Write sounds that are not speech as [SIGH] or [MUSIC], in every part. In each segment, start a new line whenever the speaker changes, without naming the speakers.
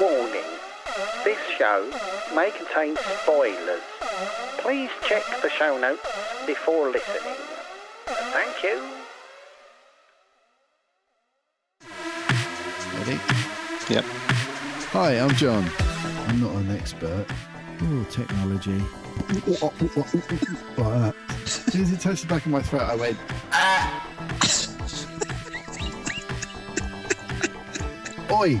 Warning. This show may contain spoilers. Please check the show notes before listening. Thank you.
Ready?
Yep.
Hi, I'm John. I'm not an expert. Oh, technology. like that. As soon as it touched the back of my throat, I went, ah! Oi!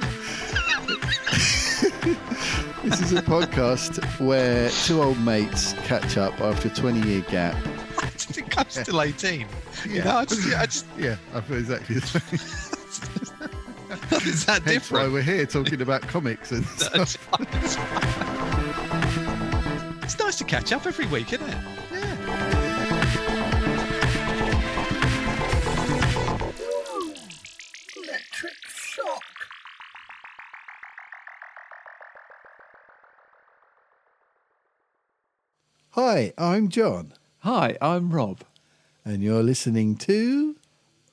This is a podcast where two old mates catch up after a 20 year gap.
[LAUGHS] I think I'm still 18. You know, I just, I just,
Yeah, I feel exactly the same.
it's that
That's why
different.
we're here talking about comics and stuff.
[LAUGHS] it's nice to catch up every week, isn't it?
Yeah.
Electric shock.
Hi, I'm John.
Hi, I'm Rob.
And you're listening to.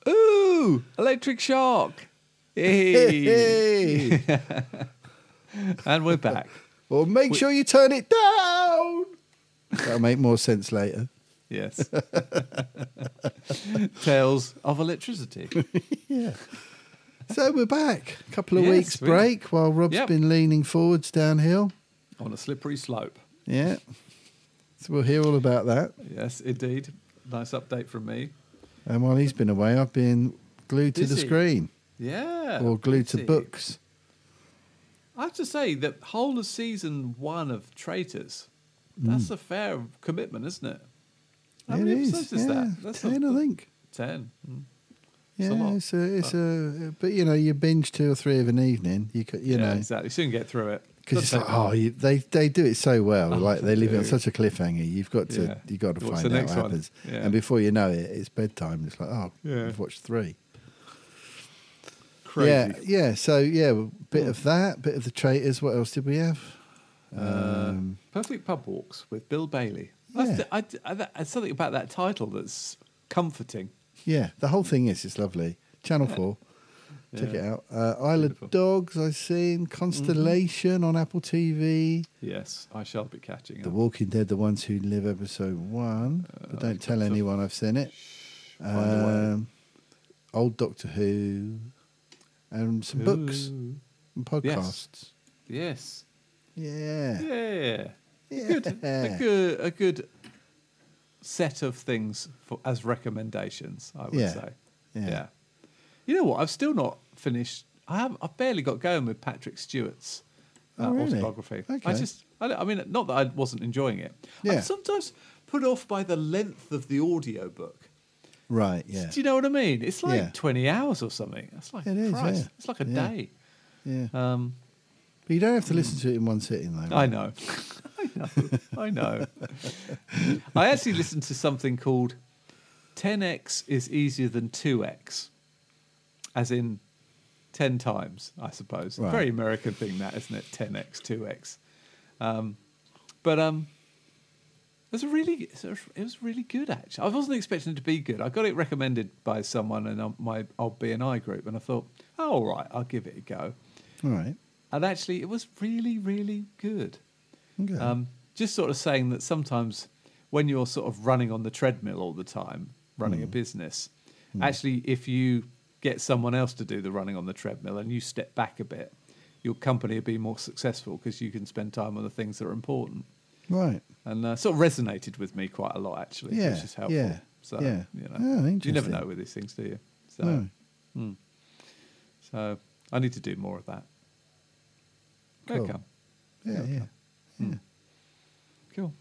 Ooh, electric shock.
[LAUGHS]
Hey.
Hey!
and we're back.
Or make sure you turn it down. That'll make more sense later.
Yes. [LAUGHS] Tales of electricity.
Yeah. So we're back. A couple of
Yes,
weeks
we are.
break while Rob's
Yep.
been leaning forwards downhill.
On a slippery slope.
Yeah. So we'll hear all about that.
Yes, indeed. Nice update from me.
And while he's been away, I've been glued to the
Busy.
screen
Yeah.
or glued to
busy.
books.
I have to say that whole of season one of Traitors, that's a fair commitment, isn't it? How
Hmm. It
many
is,
episodes is
yeah,
that? That's
ten,
not-
I think.
Ten. Mm.
Yeah,
a lot,
it's a, it's a, but you know, you binge two or three of an evening. You could, you
yeah,
know,
exactly. Soon get through it.
because it's
Doesn't
like,
take long.
oh, you, they they do it so well.
Oh,
like they
they
leave it on
do.
such a cliffhanger. You've got to
Yeah.
you got to
What's
find
the
out
next
what
one?
happens.
Yeah.
And before you know it, it's bedtime. It's like, oh,
Yeah.
I've watched three.
crazy.
Yeah, yeah. So yeah, a bit of that, bit of the traitors. What else did we have? Um,
uh, Perfect Pub Walks with Bill Bailey. That's
Yeah.
the- I, I, that, there's something about that title that's comforting.
yeah, the whole thing is it's lovely. Channel
[LAUGHS]
Four, check it
Yeah.
out. Uh, Isle
Beautiful. Mm-hmm.
of Dogs, I've seen Constellation on Apple TV.
Yes, I shall be catching
The
up.
Walking Dead, The Ones Who Live, episode one.
Uh,
but don't tell
Doctor-
anyone I've seen it.
Find a way.
Um, old Doctor Who, and some books
Ooh.
and podcasts.
Yes.
Yeah.
Yeah.
Yeah.
Good. A good. A good set of things for, as recommendations. I would
Yeah.
say.
Yeah.
You know what? I've still not finished. I have. I've barely got going with Patrick Stewart's uh,
Oh, really?
autobiography. I
Okay.
just. I, don't- I mean, not that I wasn't enjoying it.
Yeah.
I'm sometimes put off by the length of the audio book.
Right, yeah.
Do you know what I mean? It's like
Yeah.
20 hours or something. That's like
It is,
Christ,
yeah.
It's like a
Yeah.
day.
yeah.
Um,
But you don't have to listen to it in one sitting, though.
I
right?
know. [LAUGHS] I know. I know. I actually listened to something called 10x is easier than 2x, as in 10 times, I suppose.
Right.
Very American thing, that, isn't it? 10x, 2x. Um, but um, it was really, it was really good actually. I wasn't expecting it to be good. I got it recommended by someone in um, my old BNI group, and I thought, oh, all right, I'll give it a go.
All right.
And actually, it was really, really good.
Okay.
Um, just sort of saying that sometimes when you're sort of running on the treadmill all the time, running a
Mm.
business, actually, if you get someone else to do the running on the treadmill and you step back a bit, your company will be more successful because you can spend time on the things that are important.
right.
And uh, sort of resonated with me quite a lot, actually,
Yeah,
which is helpful.
yeah,
So,
yeah.
you know,
Oh,
you never
interesting.
know with these things, do you? So,
No.
hmm. so I need to do more of that.
Cool.
Okay,
Yeah, yeah.
cool.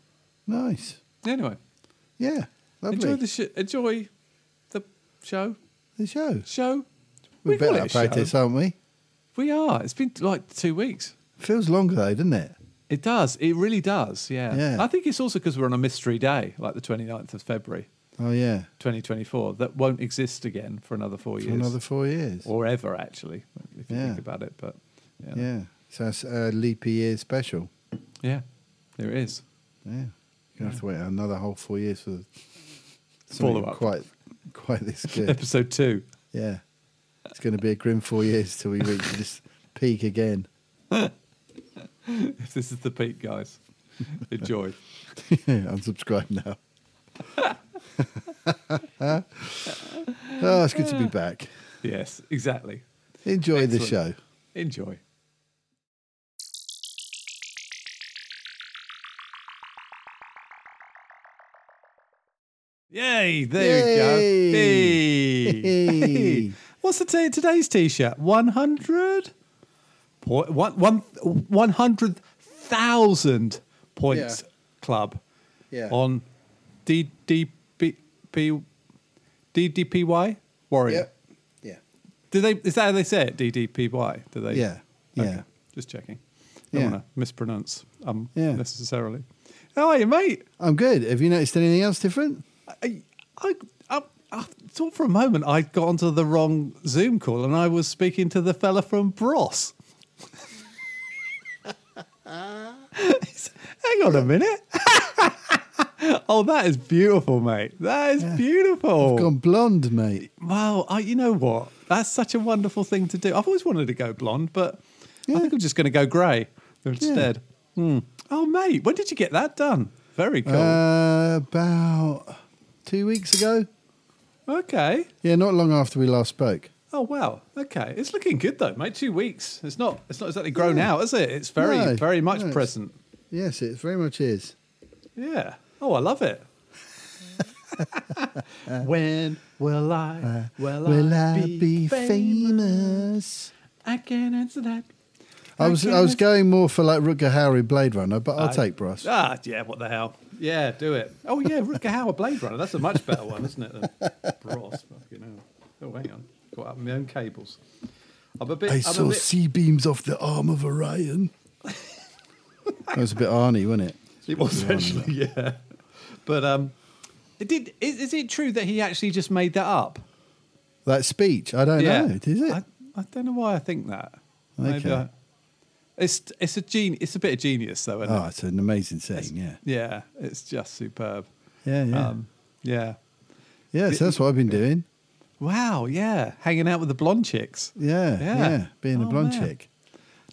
Nice.
Anyway,
Yeah. Lovely.
Enjoy the sh- enjoy the show.
The show.
Show.
We're
call
better
it
at
a show.
practice, aren't we?
We are. It's been like two weeks.
Feels longer, though, doesn't it?
It does. It really does. Yeah.
Yeah.
I think it's also because we're on a mystery day, like the 29th of February,
Oh yeah,
2024, that won't exist again for another four
for
years.
another four years.
or ever, actually, if you
Yeah.
think about it. But yeah. yeah.
yeah, so that's a leap year special.
There it is.
Yeah, you're gonna have to wait another whole four years for something
Follow up.
Quite, quite [LAUGHS] this good.
Episode two. [LAUGHS]
yeah, it's going to be a grim four years till we reach this peak again. [LAUGHS]
If this is the peak, guys, enjoy.
Unsubscribe now. [LAUGHS] oh, it's good to be back.
yes, exactly.
Enjoy the show.
Excellent. Enjoy. Yay! There you go. Hey.
Hey. [LAUGHS]
Hey. What's the t- today's t-shirt? One hundred point one one one hundred thousand points
Yeah.
club
Yeah.
on DDP DDPY Warrior.
Yep. Yeah.
Do they? Is that how they say it? DDPY. Do they?
Yeah. Yeah.
Just checking. Don't
Yeah.
want to mispronounce um
Yeah.
necessarily. How are you, mate?
I'm good. Have you noticed anything else different?
I, I, I, I thought for a moment I got onto the wrong Zoom call and I was speaking to the fella from Bros. [LAUGHS] Hang on a minute. [LAUGHS] oh, that is beautiful, mate. That is beautiful.
Gone blonde, mate.
Wow, I, you know what? That's such a wonderful thing to do. I've always wanted to go blonde, but I think I'm just going to go grey instead. Hmm. Oh, mate, when did you get that done? Very cool.
Uh, about two weeks ago.
okay.
Yeah, not long after we last spoke.
Oh wow. Okay. It's looking good though, mate. Two weeks. It's not. It's not exactly grown out, is it? It's very,
No,
very much
no, it's-
present.
Yes, it very much is.
Yeah. Oh, I love it. when will I? Will,
Will
I,
I be famous?
I can't answer that.
I was I was going more for like Rutger Hauer in Blade Runner, but I'll take Bros.
Ah, yeah, what the hell? Yeah, do it. Oh, yeah, Rutger Hauer Blade Runner. That's a much better one, isn't it? Than Bros. Fucking hell. Oh, hang on. Got up my own cables. I'm a bit.
I
am a
saw
bit,
sea beams off the arm of Orion. that was a bit Arnie, wasn't it?
It was actually, yeah. But um, it did. Is, is it true that he actually just made that up?
That speech, I don't
yeah,
know. Is it?
I, I don't know why I think that. Maybe
Okay.
I, it's it's a gene. It's a bit of genius, though. Isn't
oh, it's an amazing saying. Yeah,
it? yeah. It's just superb.
yeah, yeah.
Um, yeah.
yeah, so that's what I've been doing.
Wow. Yeah. Hanging out with the blonde chicks.
Yeah, yeah,
Yeah.
being a
Oh,
blonde
man.
chick.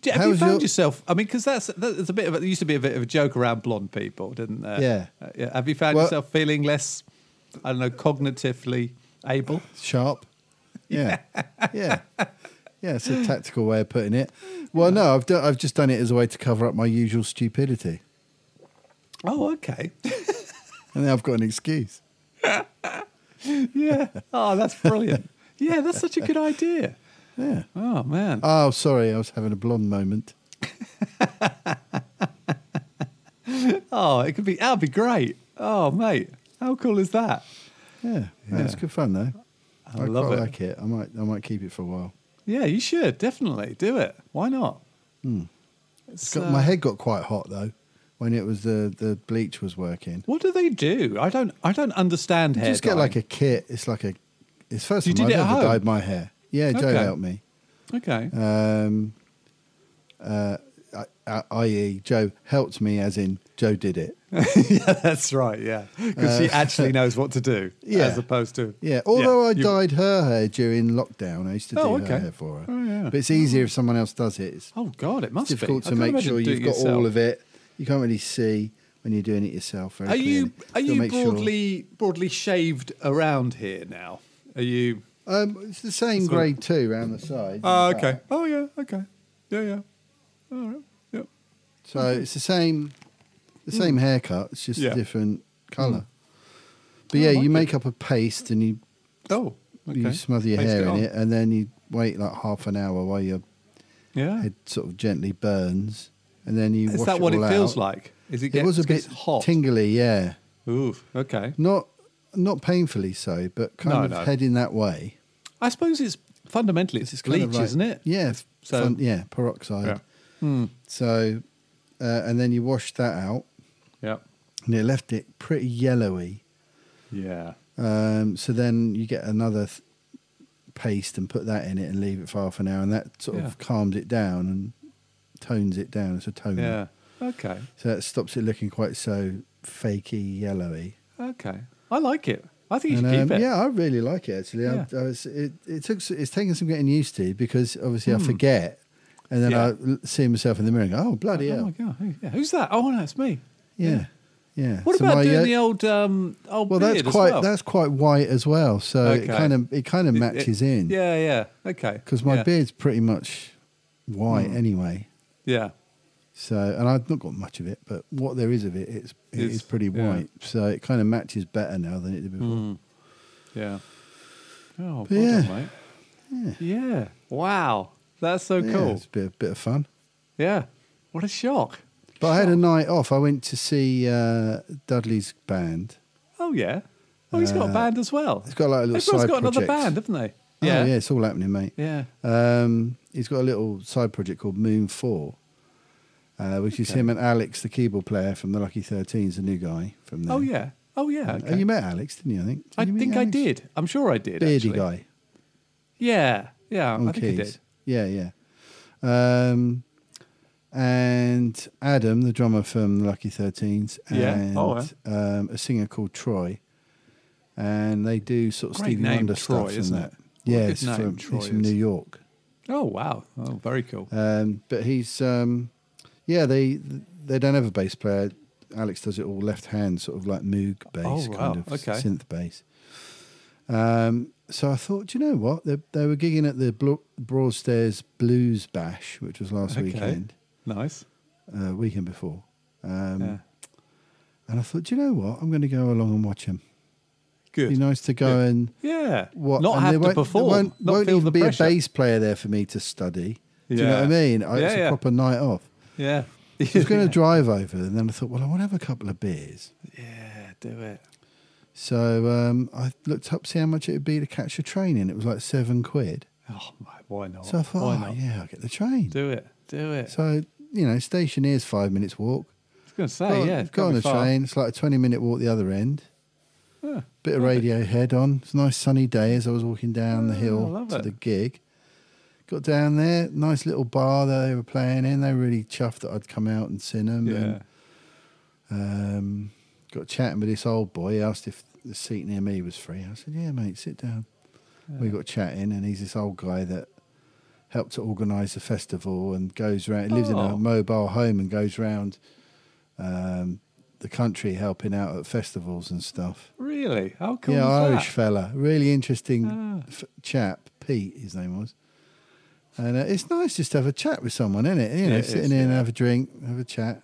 Do- Have
How
you
was
found
your-
yourself? I mean, because that's that's a bit of a, there used to be a bit of a joke around blonde people, didn't there?
Yeah.
Uh, yeah. Have you found
Well-
yourself feeling less? I don't know, cognitively able.
Sharp. Yeah, [LAUGHS] yeah, yeah. It's a tactical way of putting it. Well, no, I've done, I've just done it as a way to cover up my usual stupidity,
Oh, okay. [LAUGHS]
and now I've got an excuse.
Yeah. Oh, that's brilliant. Yeah, that's such a good idea.
Yeah.
Oh man.
Oh, sorry, I was having a blonde moment.
Oh, it could be. That'd be great. Oh, mate, how cool is that?
Yeah, yeah. it's good fun though. I,
love
quite
it.
like it. I might, I might keep it for a while.
Yeah, you should definitely do it. Why not?
Hmm. It's
It's,
got,
uh,
my head got quite hot though when it was the the bleach was working.
What do they do? I don't. I don't understand hair.
just get like a
dyeing.
kit. It's like a. It's first
You
time
did
I've
it at
ever
home?
dyed my hair. Yeah, Joe
Okay.
helped me.
Okay.
Um, uh, I, I, i.e., Joe helped me, as in Joe did it.
yeah, [LAUGHS] that's right. Yeah, because she actually knows what to [LAUGHS] do,
Yeah.
as opposed to
Yeah. Although I
you-
dyed her hair during lockdown, I used to do
Oh,
her
okay.
hair for her.
Oh, yeah.
But it's easier if someone else does it. It's
Oh God, it must
difficult
be
to make sure you've got all of it. You can't really see when you're doing it yourself. Very
Are you are
clearly. Gotta
you
make sure-
broadly broadly shaved around here now? Are you?
Um, it's the same
Sort of-
grade two round the side.
Oh,
and the
okay.
back.
Oh, yeah. Okay. Yeah, yeah. All right. Yep.
So it's the same, the same haircut. It's just
Hmm. Yeah. Hmm. Oh,
a different color. But yeah,
like
you
it.
make up a paste and you
Oh, okay.
you smother your
Paste
hair in
on.
it, and then you wait like half an hour while your
Yeah.
head sort of gently burns, and then you.
Is
wash
that what it
all
feels
out.
like? Is it,
It
gets,
was a
gets
bit
hot?
tingly, yeah.
Oof. Okay.
Not not painfully so, but kind
No,
of
no.
heading that way.
I suppose it's fundamentally it's,
It's
bleach,
kind of like-
isn't it?
Yeah,
So-
so yeah, peroxide.
Yeah.
So uh, and then you washed that out,
Yeah.
and it left it pretty yellowy.
Yeah.
Um, so then you get another th- paste and put that in it and leave it for half an hour, and that sort
Yeah.
of calms it down and tones it down. It's a toner,
Yeah. Okay.
so that stops it looking quite so fakey yellowy.
Okay. I like it. I think you should
And,
keep
um,
it.
yeah, I really like it actually. I- I, was, it, it took s- it's taken some getting used to because obviously I forget, and then
Hmm.
I
Yeah.
l- see myself in the mirror and go, "Oh bloody
Oh
hell!"
my god. Who- yeah, Who's that? Oh no, it's me.
yeah, yeah.
What
So
about
my,
doing
uh,
the old um old
well, that's
beard as
quite
well?
that's quite white as well. So it
Okay.
kind of it kind of
It- it-
matches in.
Yeah, yeah. Okay.
because my
yeah. Hmm.
beard's pretty much white anyway.
Yeah.
So, and I've not got much of it, but what there is of it, it's it
It's-
is pretty
yeah. Hmm.
white. So it kind of matches better now than it did before.
Yeah. Oh, well
yeah.
done, mate. Yeah. Wow. That's so
Yeah,
cool.
it's a bit, bit of fun.
Yeah. What a shock.
But I had a night off. I went to see uh, Dudley's band.
Oh yeah. Oh, he's got a
Uh,
band as well.
He's got like a little
Everyone's
side
got another
project.
band, haven't they?
Oh, yeah, it's all happening, mate.
Yeah.
Um, he's got a little side project called Moon Four, uh, which is him and Alex, the keyboard player from the Lucky Thirteens, the new guy from there.
Oh yeah. Oh yeah.
Uh,
Okay.
you met Alex, didn't you? I think. Did
I
you meet
think I
Alex?
did. I'm sure I did.
Beardy
actually.
guy.
Yeah. Yeah.
on
I think I
keys.
did.
Yeah, yeah. Um, and Adam, the drummer from the Lucky Thirteens,
Yeah.
and
Oh,
um, a singer called Troy, and they do sort of
Great
Stevie
name,
Wonder
Troy,
stuff
isn't
and that.
it? What a
Yeah,
good
it's
name
from,
Troy
he's from
is.
New York.
Oh wow. Oh, very cool.
Um, but he's um, yeah, they they don't have a bass player. Alex does it all left hand, sort of like Moog bass,
Oh, wow.
kind of
Okay.
synth bass. Um, so I thought, do you know what? They, they were gigging at the Blo- Broadstairs Blues Bash, which was last
Okay.
weekend,
Nice.
uh, weekend before. Um,
Yeah.
And I thought, do you know what? I'm going to go along and watch them.
Good.
It'd be nice to go
Good.
and
yeah.
what
Not
and there
have
won't-
to
there
perform.
Won't,
not
won't
feel
even
the
be
pressure.
a bass player there for me to study. Do you know
Yeah.
what I mean? I-
Yeah,
it's a
yeah.
proper night off.
Yeah. [LAUGHS]
I was going to drive over, and then I thought, well, I want to have a couple of beers.
yeah. Do it.
So um, I looked up, see how much it would be to catch a train in. It was like seven quid.
Oh my. Why not?
So I thought,
why
oh,
not?
yeah, I'll get the train.
Do it. Do it.
So, you know, station here's five minutes walk.
I was going to say.
Got-
Oh, yeah. it's
got
gotta
on
be
the
far.
train. It's like a 20 minute walk the other end.
Yeah,
Bit of radio head on. It's a nice sunny day as I was walking down the
Oh, I
hill
love
to
it.
the gig. Got down there, nice little bar that they were playing in. They were really chuffed that I'd come out and seen them.
Yeah.
um, got chatting with this old boy. He asked if the seat near me was free. I said, "Yeah, mate, sit down." We got chatting, and he's this old guy that helped to organise the festival and goes round. He lives in a
Oh.
mobile home and goes round um, the country helping out at festivals and stuff.
Really? How cool
yeah,
is
Irish
that?
fella, really interesting
Ah.
f- chap. Pete, his name was. And uh, it's nice just to have a chat with someone, isn't it? You know,
It
sitting
is,
in, and
yeah. Hmm.
have a drink, have a chat.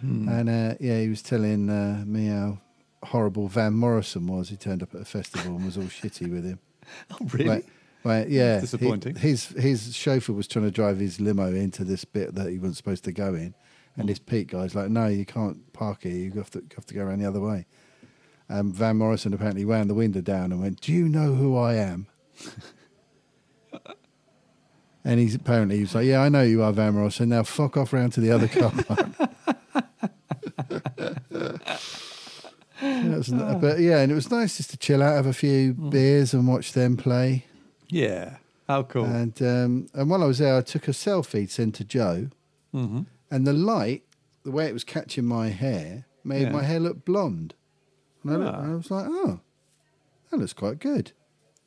And uh, yeah, he was telling uh, me how horrible Van Morrison was. He turned up at a festival and was all shitty with him.
[LAUGHS] Oh, really?
Right, right, yeah. he-
disappointing.
his his chauffeur was trying to drive his limo into this bit that he wasn't supposed to go in, and this Pete guy's like, "No, you can't park here. You have to you have to go around the other way." And Van Morrison apparently wound the window down and went, "Do you know who I am?" [LAUGHS] and he's apparently he was like, "Yeah, I know you are Van Morrison. Now fuck off round to the other car." [LAUGHS] That was n- but yeah, and it was nice just to chill out, have a few beers, and watch them play.
Yeah. How cool.
And um, and while I was there, I took a selfie sent to Joe,
mm-hmm.
and the light, the way it was catching my hair, made
Yeah.
my hair look blonde. And I, looked,
Ah.
and I was like, oh, that looks quite good.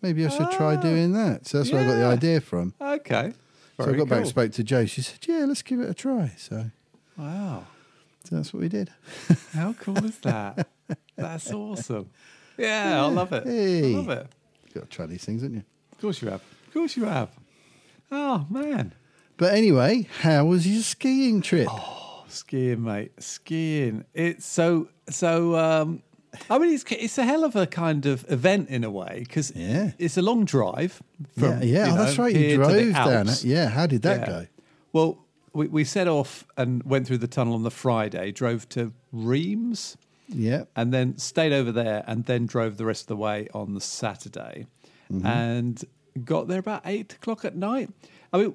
Maybe I should try
Ah.
doing that. So that's where I got the
Yeah.
idea from.
Okay.
so I
Very
got back and
cool.
spoke to Joe. She said, yeah, let's give it a try. So,
Wow.
so that's what we did.
How cool is that?
[LAUGHS]
That's awesome. Yeah, I love it.
Hey.
I love it.
got to try these things, didn't you?
Of course you have. Of course you have. Oh man.
But anyway, how was your skiing trip?
Oh, Skiing, mate. Skiing. It's so so um I mean it's it's a hell of a kind of event in a way cuz
Yeah.
it's a long drive
yeah,
from
yeah.
you
oh, that's
know,
right.
here
You
to the
drove down.
Alps.
it. Yeah, how did that
Yeah.
go?
Well, we, we set off and went through the tunnel on the Friday, drove to Reims,
Yeah.
and then stayed over there, and then drove the rest of the way on the Saturday, and got there about eight o'clock at night. I mean,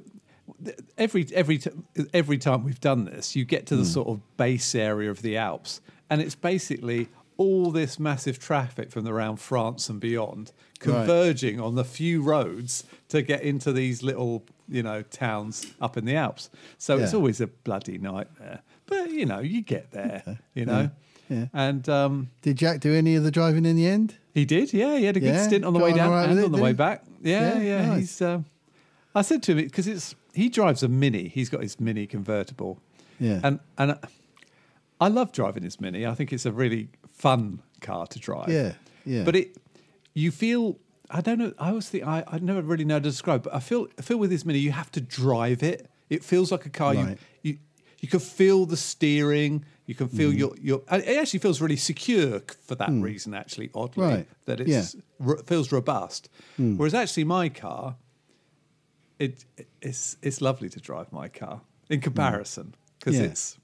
every every t- every time we've done this, you get to the sort of base area of the Alps, and it's basically all this massive traffic from around France and beyond converging on the few roads to get into these little you know towns up in the Alps. So it's
Yeah.
always a bloody nightmare, but you know you get there, you know, and. um
Did Jack do any of the driving in the end?
he did, yeah. He had a good
Yeah,
stint on the
got
way
on
down
all right
and
with it,
on the way
didn't he?
back. Yeah,
Yeah,
yeah.
nice.
He's. Um, I said to him because it's he drives a mini. He's got his mini convertible.
Yeah.
and and I love driving his mini. I think it's a really fun car to drive.
Yeah, yeah.
But it, you feel. I don't know. I always think I, I never really know how to describe, but I feel I feel with his mini, you have to drive it. It feels like a car.
Right.
You you you can feel the steering. You can
Mm-hmm.
feel your your. and It actually feels really secure for that reason. Actually, oddly,
Mm. Right. Mm.
that it's r- feels robust. Whereas actually, my car, it it's it's lovely to drive my car in comparison because
Mm. Yeah.
it's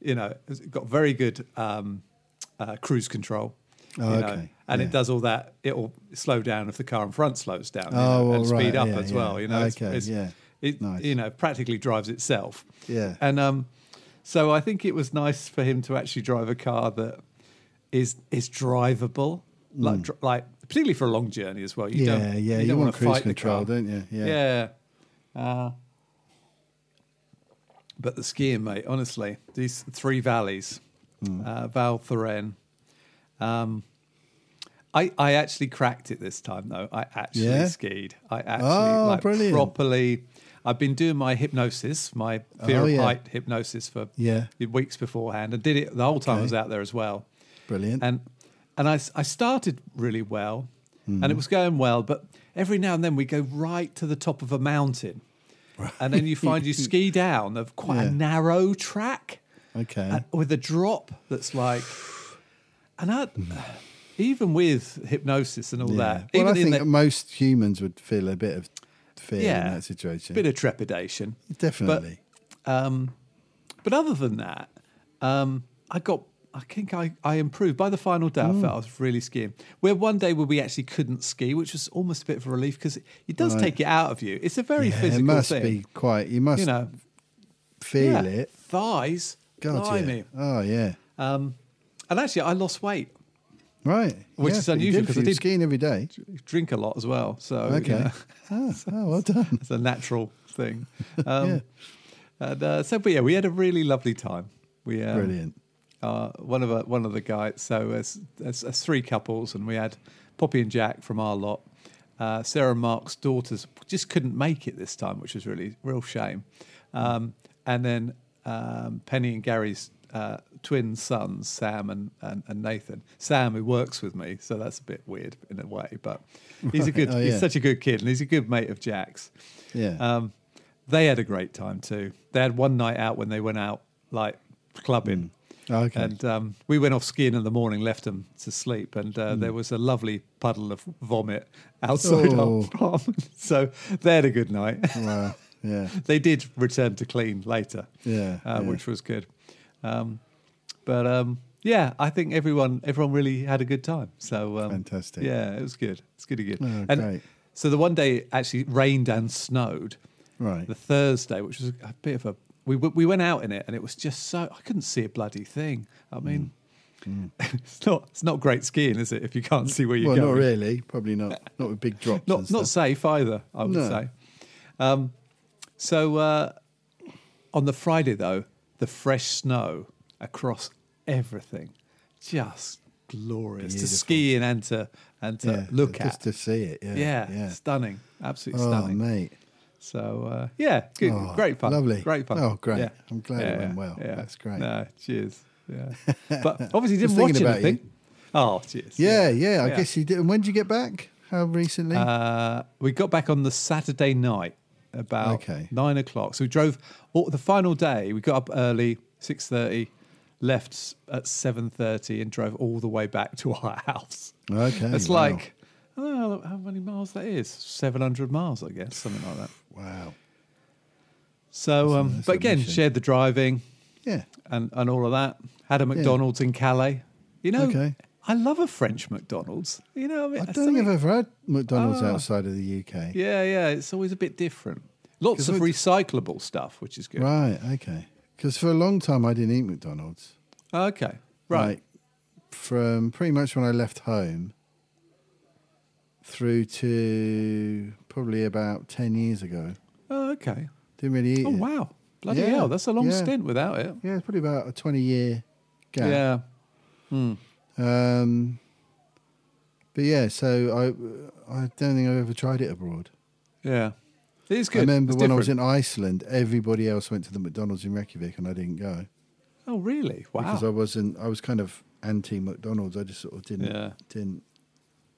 you know it's got very good um, uh, cruise control.
Oh,
you know,
okay.
and it
Yeah.
does all that. It'll slow down if the car in front slows down, you
Oh,
know,
well,
and speed
right,
up
yeah,
as
yeah.
well. You know, it's-
Okay,
it's-
yeah.
it
Nice.
you know practically drives itself.
Yeah.
and um, so I think it was nice for him to actually drive a car that is is drivable, like dr- like particularly for a long journey as well. You
Mm. Yeah,
don't,
yeah,
You,
you
don't
want
want to
cruise
fight the
control,
car.
don't you? Yeah.
yeah. Uh, but the skiing, mate. Honestly, these three valleys,
Hmm.
uh, Val Thorens. Um, I I actually cracked it this time though. I actually
Yeah?
skied. I actually
Oh,
like
brilliant.
properly. I've been doing my hypnosis, my fear
Oh,
of
yeah.
height hypnosis for
Yeah.
the weeks beforehand, and did it the whole time I was
Okay.
out there as well.
Brilliant.
And and I s- I started really well,
Hmm.
and it was going well, but every now and then we go right to the top of a mountain, and then you find
[LAUGHS]
you ski down of quite a
Yeah.
narrow track
okay.
and with a drop that's like, and I, even with hypnosis and all
Hmm. yeah.
that,
Well,
even
I
in
think
that
most humans would feel a bit of fear in
Yeah.
that situation.
bit of trepidation,
Definitely.
But, um, but other than that, um, I got. I think I, I improved by the final day.
Mm.
I felt I was really skiing. Where one day where we actually couldn't ski, which was almost a bit of a relief because it, it does
Right.
take it out of you. It's a very
Yeah,
physical
it must
thing,
be quite. You must
you know.
feel
Yeah,
it.
Thighs,
God, yeah.
blimey.
Oh yeah.
Um, and actually, I lost weight.
Right.
Which
Yeah,
is
but you
unusual
did
'cause
for
I
you
did-
skiing every day.
Drink a lot as well, so you
Okay.
know. [LAUGHS]
Oh, oh, well done.
It's a natural
[LAUGHS]
thing. Um, And uh, so, but yeah, we had a really lovely time. We um,
Brilliant.
Uh, one of uh, one of the guys. So it's, it's, it's three couples, and we had Poppy and Jack from our lot. Uh, Sarah and Mark's daughters just couldn't make it this time, which was really real shame. Um, and then um, Penny and Gary's uh, twin sons, Sam and, and, and Nathan. Sam, who works with me, so that's a bit weird in a way, but he's a good,
Oh,
he's
yeah.
such a good kid, and he's a good mate of Jack's.
Yeah.
Um, they had a great time too. They had one night out when they went out like clubbing.
Mm. Okay.
And um, we went off skiing in the morning, left them to sleep, and uh,
Hmm.
there was a lovely puddle of vomit outside
Oh.
our farm. [LAUGHS] so they had a good night. [LAUGHS]
wow. Yeah.
they did return to clean later,
Yeah, yeah.
uh, which was good. Um, but um, yeah, I think everyone everyone really had a good time. So um,
Fantastic.
Yeah, it was good. It's good to good.
Oh,
and
great.
so the one day it actually rained and snowed.
Right.
The Thursday, which was a bit of a we w- we went out in it and it was just so I couldn't see a bloody thing.
Mm.
I mean, [LAUGHS] it's not it's not great skiing, is it? If you can't see where you're
Well,
going,
not really. Probably not. Not with big drops. and
not
stuff.
not safe either. I would
No.
say. Um, so uh, on the Friday though, the fresh snow across everything, just glorious to
Beautiful.
ski in and to and to
Yeah,
look
just
at.
to see it. Yeah.
yeah,
Yeah.
stunning, absolutely
Oh,
stunning.
mate.
So uh, yeah, good,
Oh,
great fun,
lovely.
great fun.
Oh, great.
Yeah.
I'm glad it
Yeah,
went
yeah,
well.
yeah.
That's great.
No, cheers.
[LAUGHS]
Yeah, but obviously
Just
didn't watch
thinking about you.
anything. Oh, cheers.
Yeah, yeah. I guess you did. And when did you get back? How recently?
Uh, we got back on the Saturday night about
Okay.
nine o'clock. So we drove all, the final day. We got up early, six thirty, left s- at seven thirty, and drove all the way back to our house.
okay.
it's
wow.
like I don't know how many miles that is. Seven hundred miles, I guess, something like that.
Wow.
So,
a-
um,
that's
but
a
again,
mission.
shared the driving
Yeah.
and, and all of that. Had a McDonald's in Calais. You know,
Okay.
I love a French McDonald's. You know, I mean,
I
it's
don't think I've
something-
ever had McDonald's
Ah.
outside of the UK.
Yeah, yeah, it's always a bit different. Lots of
we-
recyclable stuff, which is good.
Right. Okay. Because for a long time I didn't eat McDonald's.
Okay. Right.
Like, from pretty much when I left home through to probably about ten years ago.
Oh, okay.
Didn't really eat.
Oh,
it.
wow. Bloody
Yeah,
hell. That's a long
yeah.
stint without it.
Yeah, it's probably about a twenty-year
Yeah.
gap. Um, but yeah, so I I don't think I've ever tried it abroad.
Yeah. It is good.
I remember
It's
when I was in
different.
Iceland, everybody else went to the McDonald's in Reykjavik, and I didn't go
Oh, really?
because I
Wow.
wasn't. I was kind of anti McDonald's. I just sort of didn't
Yeah. Hmm.
didn't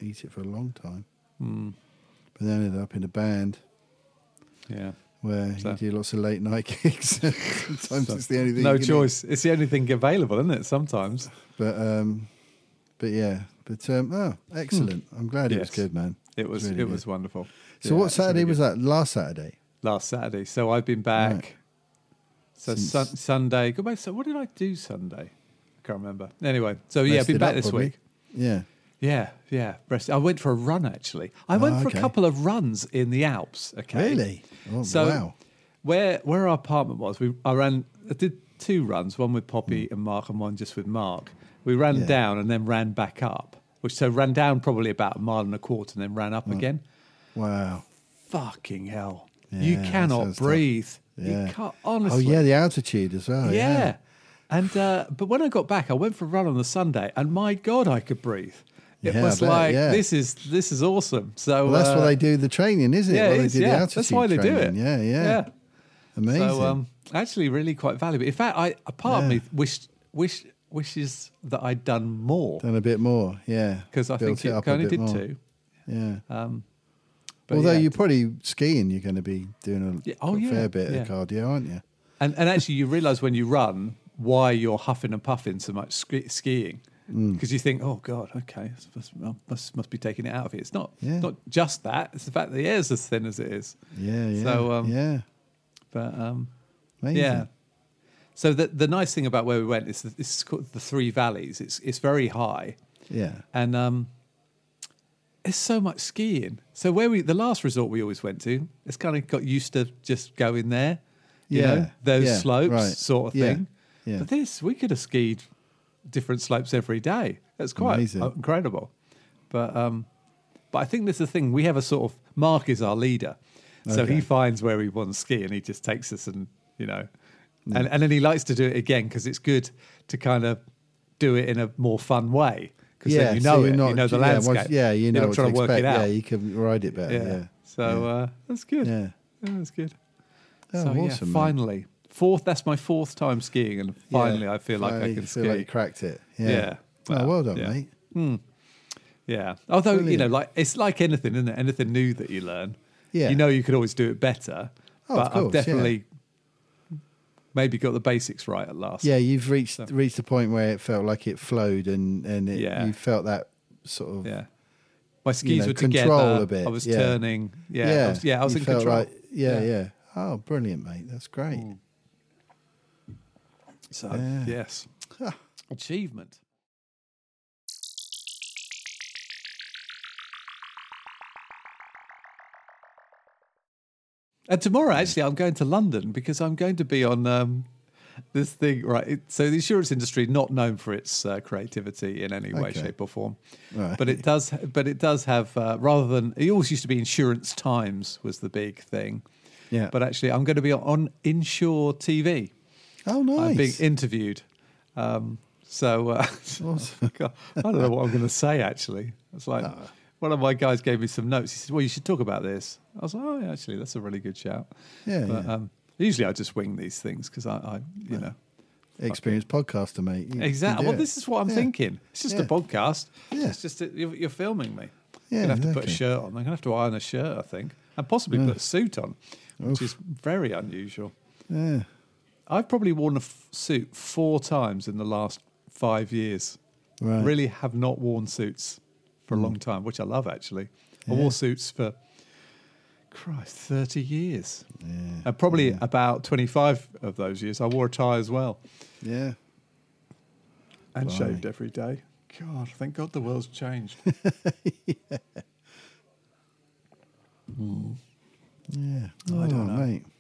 eat it for a long time. But then I ended up in a band
Yeah.
where
So-
you do lots of late night [LAUGHS] gigs. Sometimes
So-
it's the only thing.
No
you can eat.
choice. It's the only thing available, isn't it? Sometimes.
But um, but yeah, but um, oh, excellent. I'm glad it was
Hmm. Yes.
good, man.
It was
really
it
good.
was wonderful.
So
Yeah,
what
it's really
Saturday
good.
was that? Last Saturday.
last Saturday. So I've been back.
Right.
So
Since-
sun, Sunday. Go back. So what did I do Sunday? I can't remember. Anyway, so yeah, I've
Rested
been back
up,
this
probably.
week.
Yeah.
Yeah, yeah. Rest. I went for a run actually. I went
Ah,
for
okay.
a couple of runs in the Alps. Okay.
Really? Oh,
so
wow.
where where our apartment was, we I ran. I did two runs. One with Poppy and Mark, and one just with Mark. We ran
Hmm. Yeah.
down and then ran back up. Which so ran down probably about a mile and a quarter, and then ran up again.
Wow.
Fucking hell!
Yeah,
you
that
cannot
sounds tough.
breathe.
Yeah.
You can't. Honestly.
Oh yeah, the altitude as well.
yeah.
Yeah.
And uh, but when I got back, I went for a run on the Sunday, and my God, I could breathe. It
Yeah, I
was
bet,
like
yeah.
this is this is awesome. So
Well, that's
uh,
what they do the training, isn't it?
Yeah,
Well,
it
they
is,
do the
yeah.
altitude
that's why they do it.
training. Yeah, yeah. Amazing.
So um, actually, really quite valuable. In fact, I a part
Yeah.
of me wished wish wishes that I'd done more
Done a bit more. Yeah.
because I
Built
think you
up a
only
bit
did
more.
two. Uh,
Yeah.
But
Although
yeah.
you're probably skiing, you're going to be doing a,
Yeah, oh,
a
yeah,
fair bit
yeah.
of cardio, aren't you?
And, and actually, you realise when you run why you're huffing and puffing so much ski- skiing
Mm.
because you think, oh god, okay, this must, I must must be taking it out of it. It's not
Yeah.
not just that; it's the fact that the air's as thin as it is.
Yeah. Yeah.
So, um,
yeah.
But um,
Amazing.
yeah. So the the nice thing about where we went is that this is called the Three Valleys. It's it's very high,
Yeah.
and um, there's so much skiing. So where we the last resort we always went to, it's kind of got used to just going there, you
Yeah,
know, those
yeah,
slopes
right.
sort of
Yeah,
thing.
yeah.
But this we could have skied different slopes every day. That's quite
Amazing.
incredible. But um, but I think that's the thing. We have a sort of Mark is our leader, so
Okay.
he finds where he wants to ski and he just takes us and you know,
Mm.
and and then he likes to do it again because it's good to kind of do it in a more fun way. Because then you know
so you're
it,
not-
you know the
yeah, once-
landscape.
yeah, you know
You're
what
not trying to work
expect.
it out.
Yeah, you can ride it better.
Yeah.
Yeah,
So Uh, that's good.
Yeah.
that's good.
Oh,
so
awesome,
yeah,
man.
finally, fourth. That's my fourth time skiing, and
Yeah.
finally I feel like
Finally
I can
you
ski.
feel like you cracked it. Yeah.
Yeah.
oh,
Well,
well done,
yeah.
mate.
yeah. Although you know,
Brilliant.
like it's like anything, isn't it? Anything new that you learn.
Yeah.
You know, you could always do it better.
Oh,
but
of course,
I've
yeah.
definitely maybe got the basics right at last.
Yeah, you've reached reached the point where it felt like it flowed and and it,
Yeah.
you felt that sort of
Yeah. My skis
know,
were
control
together.
a bit,
I was
yeah.
turning. Yeah. I was, yeah, I was
you
in
felt
control.
like- yeah,
Yeah.
yeah, Oh, brilliant, mate. That's great.
So
Yeah.
yes. Achievement. And
Hmm.
tomorrow, actually, I'm going to London because I'm going to be on um, this thing, right? It, so the insurance industry not known for its uh, creativity in any way,
Okay.
shape, or form,
[LAUGHS] Right.
but it does. But it does have uh, rather than it always used to be Insurance Times was the big thing,
Yeah.
But actually, I'm going to be on Insure TV.
Oh,
I'm being
nice.
interviewed. Um, so uh, [LAUGHS] God, I don't know what I'm going to say. Actually, it's like
Uh.
one of my guys gave me some notes. He said, "Well, you should talk about this." I was like, "Oh, yeah, actually, that's a really good shout."
Yeah,
But
yeah.
Um, usually, I just wing these things because I, I, you know,
Experienced podcaster, mate. You can
exactly.
do
Well,
it.
this is what I'm
Yeah.
thinking. It's just a
Yeah.
podcast.
Yeah.
It's just that you're, you're filming me.
Yeah,
I'm gonna have to put
exactly.
a shirt on. I'm gonna have to iron a shirt, I think, and possibly put a suit on, which is very unusual.
Yeah.
I've probably worn a f- suit four times in the last five years.
Right. Hmm.
Really have not worn suits for a long time, which I love actually. I wore suits for Christ, 30 years. And probably about 25 of those years, I wore a tie as well
Yeah.
and shaved every day. God, thank God the world's changed.
Yeah. Oh,
I don't know.
Mate.
[LAUGHS]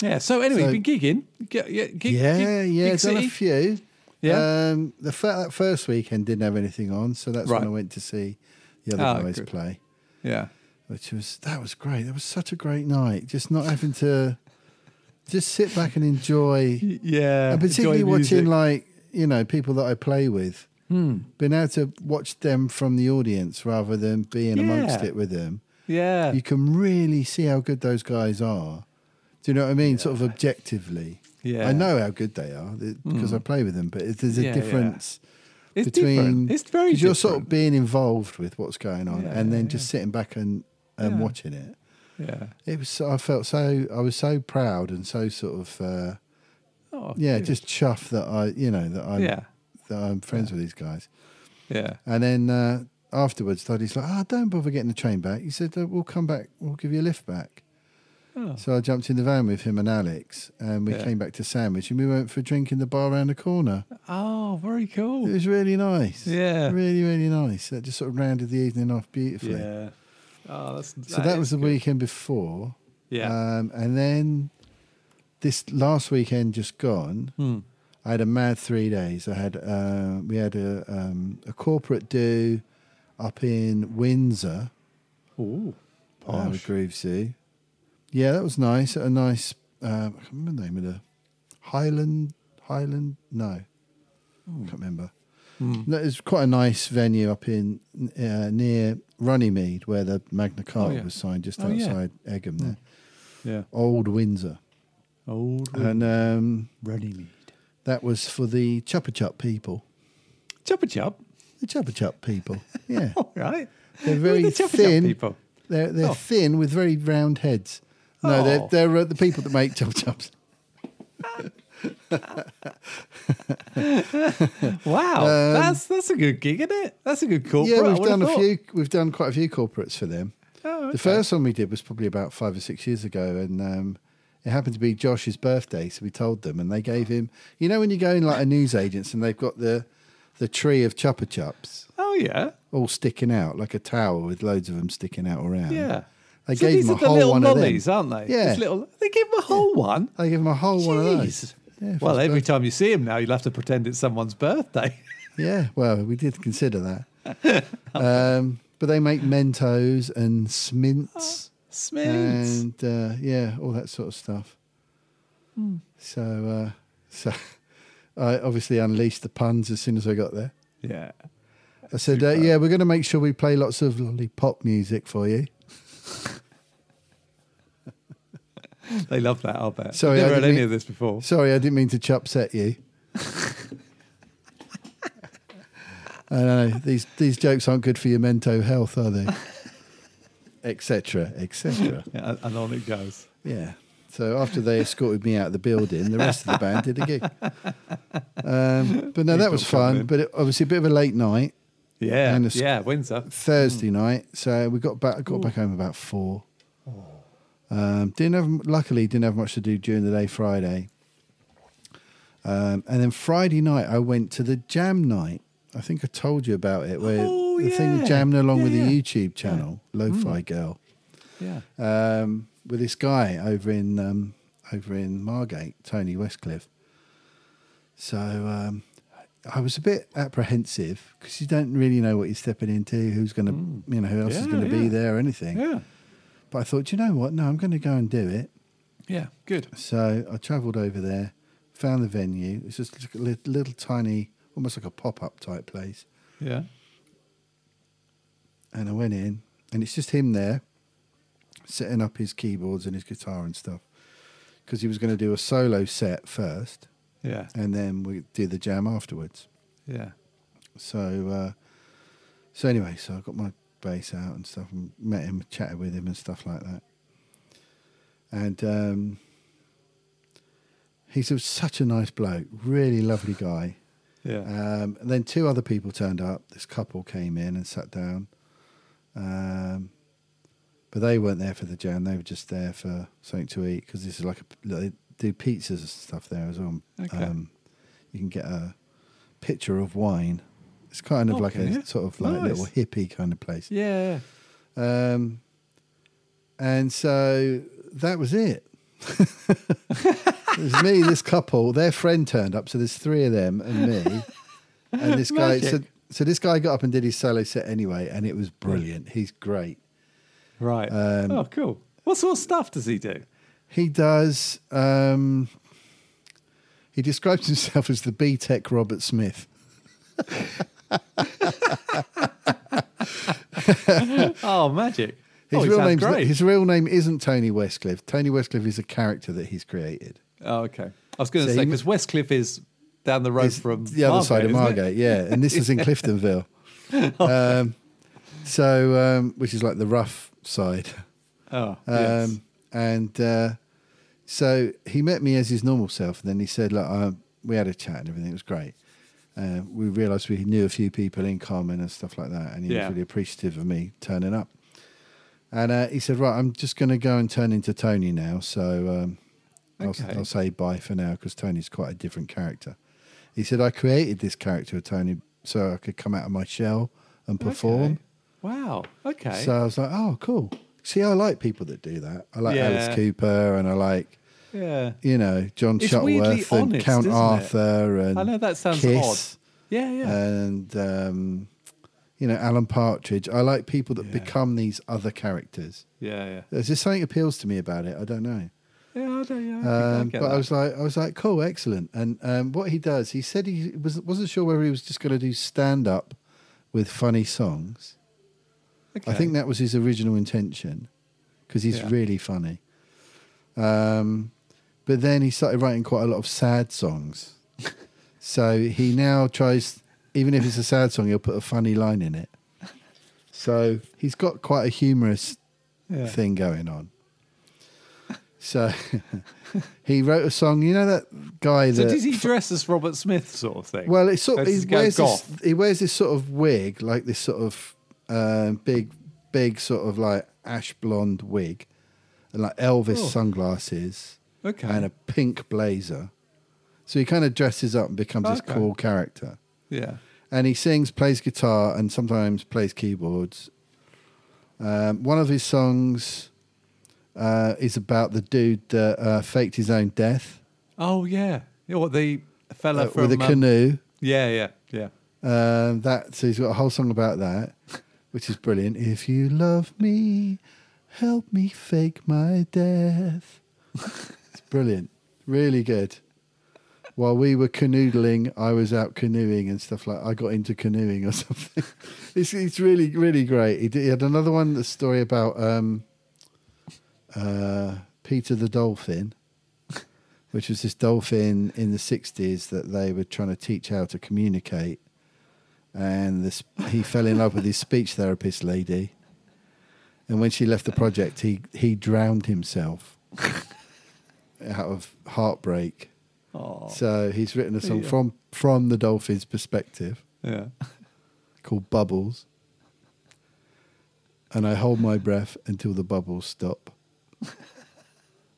Yeah. So anyway,
So-
you've been gigging. Ge- yeah, gig,
Yeah,
gig-
yeah,
gig
done
city?
a few.
Yeah?
Um, the fir- that first weekend didn't have anything on, so that's
Right.
when I went to see the other
Oh,
guys
good.
play,
Yeah.
which was that was great. That was such a great night. Just not having to just sit back and enjoy,
Y- [LAUGHS] Yeah.
and particularly
enjoy
watching
music. Hmm.
like you know people that I play with. Being able to watch them from the audience rather than being amongst
Yeah.
it with them,
yeah.
[LAUGHS] you can really see how good those guys are. Do you know what I mean? Sort of objectively.
Yeah. Mm.
I know how good they are th- because I play with them, but it- there's a
Yeah, yeah.
difference
it's
between.
different. It's very
'cause
different.
you're sort of being involved with what's going on
Yeah,
and then
yeah,
just sitting back and, and
Yeah.
watching it.
yeah.
It was. I felt so. I was so proud and so sort of. Uh,
Oh,
yeah,
good.
just chuffed that I, you know, that I'm,
yeah.
that I'm friends with these guys.
Yeah.
And then uh, afterwards, Toddy's like, "Ah, don't bother getting the train back." He said, "Uh, "We'll come back. We'll give you a lift back."
Oh.
So I jumped in the van with him and Alex, and we
Yeah.
came back to Sandwich, and we went for a drink in the bar around the corner.
Oh, very
It
cool.
was really nice.
Yeah.
really, really nice. That just sort of rounded the evening off beautifully.
Yeah. Oh, that's
So that,
is
was the
good.
weekend before.
Yeah.
Um, and then this last weekend just gone,
Hmm.
I had a mad three days. I had uh, we had a um, a corporate do up in Windsor
Ooh.
uh, with
Posh.
Groove Zoo. Yeah, that was nice. A nice um, I can't remember the name of the Highland Highland no,
Hmm.
I can't remember. No, it's quite a nice venue up in uh, near Runnymede where the Magna Carta
yeah.
was signed, just
Oh, yeah.
outside Egham there.
Yeah.
Old Windsor.
Old
And um,
Runnymede.
that was for the Chuppa Chup people.
Chuppa chup.
The Chuppa Chup people. Yeah.
[LAUGHS] All right.
They're
Oh, Who are
very
the Chuppa Chup
thin.
people.
They're, they're
Oh.
thin with very round heads. No,
Oh.
they're, they're uh, the people that make Chuppa
[LAUGHS]
Chups.
Wow. that's that's a good gig, isn't it? That's a good corporate.
Um, Yeah,
I
we've
would've
done a
thought.
few. We've done quite a few corporates for them.
Oh, okay.
The first one we did was probably about five or six years ago, and um, it happened to be Josh's birthday, so we told them, and they gave him. You know, when you go in like a newsagent's and they've got the the tree of Chuppa Chups
Oh yeah.
all sticking out like a tower with loads of them sticking out around.
Yeah.
Um, they
so
gave
these
him a
are the
whole
little
one
lollies,
of them.
aren't they?
Yeah.
Just little, they give them a whole one.
They gave him a whole one of
Jeez.
those. Yeah, for
well,
his [LAUGHS]
every
birthday.
time you see him now, you'll have to pretend it's someone's birthday. [LAUGHS]
Yeah, well, we did consider that. um, but they make Mentos and Smints.
Oh, Smooth.
and uh, yeah, all that sort of stuff. So, uh, so [LAUGHS] I obviously unleashed the puns as soon as I got there.
yeah.
I said, uh, "Yeah, we're going to make sure we play lots of lollipop music for you."
They love that, I'll bet.
Sorry,
Sorry, I've
I
never
didn't
had any
mean-
of this before.
Sorry, I didn't mean to upset you. I know these these jokes aren't good for your mental health, are they? Etc. Etc.
Yeah, and- and on it goes.
Yeah. So after they escorted me out of the building, the rest of the band did a gig. Um, but no, that was
People coming in.
fun. But it, obviously, a bit of a late night,
Yeah.
And it's-
yeah, Windsor. Hmm.
Thursday night. So we got back got back home about four.
Oh.
Um, didn't have luckily didn't have much to do during the day Friday. Um, and then Friday night, I went to the jam night. I think I told you about it, where
Oh,
the thing
yeah.
jamming along
Yeah,
with
yeah. Hmm.
the YouTube channel, Lo-Fi Girl.
Yeah.
um, with this guy over in um, over in Margate, Tony Westcliff. So um, I was a bit apprehensive because you don't really know what you're stepping into, who's going to, you know, who else is
Yeah,
going to be
Hmm. yeah.
there or anything.
Yeah.
But I thought, "Do you know what? No, I'm going to go and do it.
Yeah. Good.
So I travelled over there, found the venue. It's just a little, little tiny, almost like a pop up type place.
Yeah.
And I went in, and it's just him there, setting up his keyboards and his guitar and stuff, because he was going to do a solo set first,
Yeah.
and then we do the jam afterwards.
Yeah.
So, uh, so anyway, so I got my bass out and stuff, and met him, chatted with him, and stuff like that. And um, he's a, such a nice bloke, really lovely guy.
Yeah.
Um, and then two other people turned up. This couple came in and sat down, um, but they weren't there for the jam. They were just there for something to eat because this is like a they do pizzas and stuff there as well. Um,
Okay.
you can get a pitcher of wine. It's kind of like a
Okay.
sort of like
Nice.
little hippie kind of place.
yeah.
Um, and Um, so that was it. it was me, this couple, their friend turned up. So there's three of them and me. And this guy, so,
Magic.
so this guy got up and did his solo set anyway, and it was brilliant. He's great.
Right.
Um,
oh, cool. What sort of stuff does he do?
He does, um, he describes himself as the B Tech Robert Smith.
Oh, magic.
His
oh, he
real
sounds
name's
great.
his real name isn't Tony Westcliff. Tony Westcliff is a character that he's created.
Oh, okay. I was going to
So
say
he-
because Westcliff is down the road
It's
from
the other side of
isn't it? Oh.
Margate, yeah. And this
[LAUGHS]
is in Cliftonville. Um, so, um, which is like the rough side.
Oh,
Um,
yes.
And uh, so he met me as his normal self. And then he said, Look, um, we had a chat and everything. It was great. Uh, we realized we knew a few people in common and stuff like that. And he
Yeah.
was really appreciative of me turning up. And uh, he said, Right, I'm just going to go and turn into Tony now. So um, I'll,
Okay.
I'll say bye for now because Tony's quite a different character. He said, I created this character of Tony so I could come out of my shell and perform.
Okay. Wow. Okay.
So I was like, Oh, cool. See, I like people that do that. I like
Yeah.
Alice Cooper and I like,
yeah.
you know, John
It's weirdly
Shuttleworth and
honest,
Count
isn't it?
Arthur and
I know that sounds
Kiss
Yeah. Yeah.
Uh, and um, you know Alan Partridge. I like people that
Yeah.
become these other characters.
yeah. Yeah.
There's just something appeals to me about it. I don't know,
Yeah. I don't. Yeah. I think I
um,
get
but I
that.
was like, I was like, cool, excellent. And um, what he does, he said he was wasn't sure whether he was just going to do stand up with funny songs. I
Okay.
think that was his original intention because he's
Yeah.
really funny. Um, but then he started writing quite a lot of sad
[LAUGHS]
songs. so he now tries, even if it's a sad song, he'll put a funny line in it. So he's got quite a humorous
Yeah.
thing going on. So [LAUGHS] he wrote a song. You know that guy
So
that
does he dress as Robert Smith sort of thing?
well, it's sort of,
Does
he
he go
wears this,
goth?
he wears this sort of wig, like this sort of um, big, big sort of like ash blonde wig, and like Elvis
Oh.
sunglasses
okay.
and a pink blazer. So he kind of dresses up and becomes
Okay.
this cool character.
yeah.
And he sings, plays guitar, and sometimes plays keyboards. Um, one of his songs uh, is about the dude that uh, faked his own death
Oh yeah. You know what the fella
uh,
from
with a
um,
canoe.
Yeah. Yeah. Yeah.
Um, that so he's got a whole song about that, which is brilliant. If you love me, help me fake my death. it's brilliant, really good. While we were canoodling, I was out canoeing and stuff like. I got into canoeing or [LAUGHS] something. it's it's really really great. He, did, he had another one, the story about um, uh, Peter the dolphin which was this dolphin in the 60s that they were trying to teach how to communicate. And this, he fell in love with his speech therapist lady. And when she left the project, he, he drowned himself out of heartbreak.
Oh.
So he's written a song
Yeah.
from, from the dolphin's perspective
Yeah.
called Bubbles. And I hold my breath until the bubbles stop.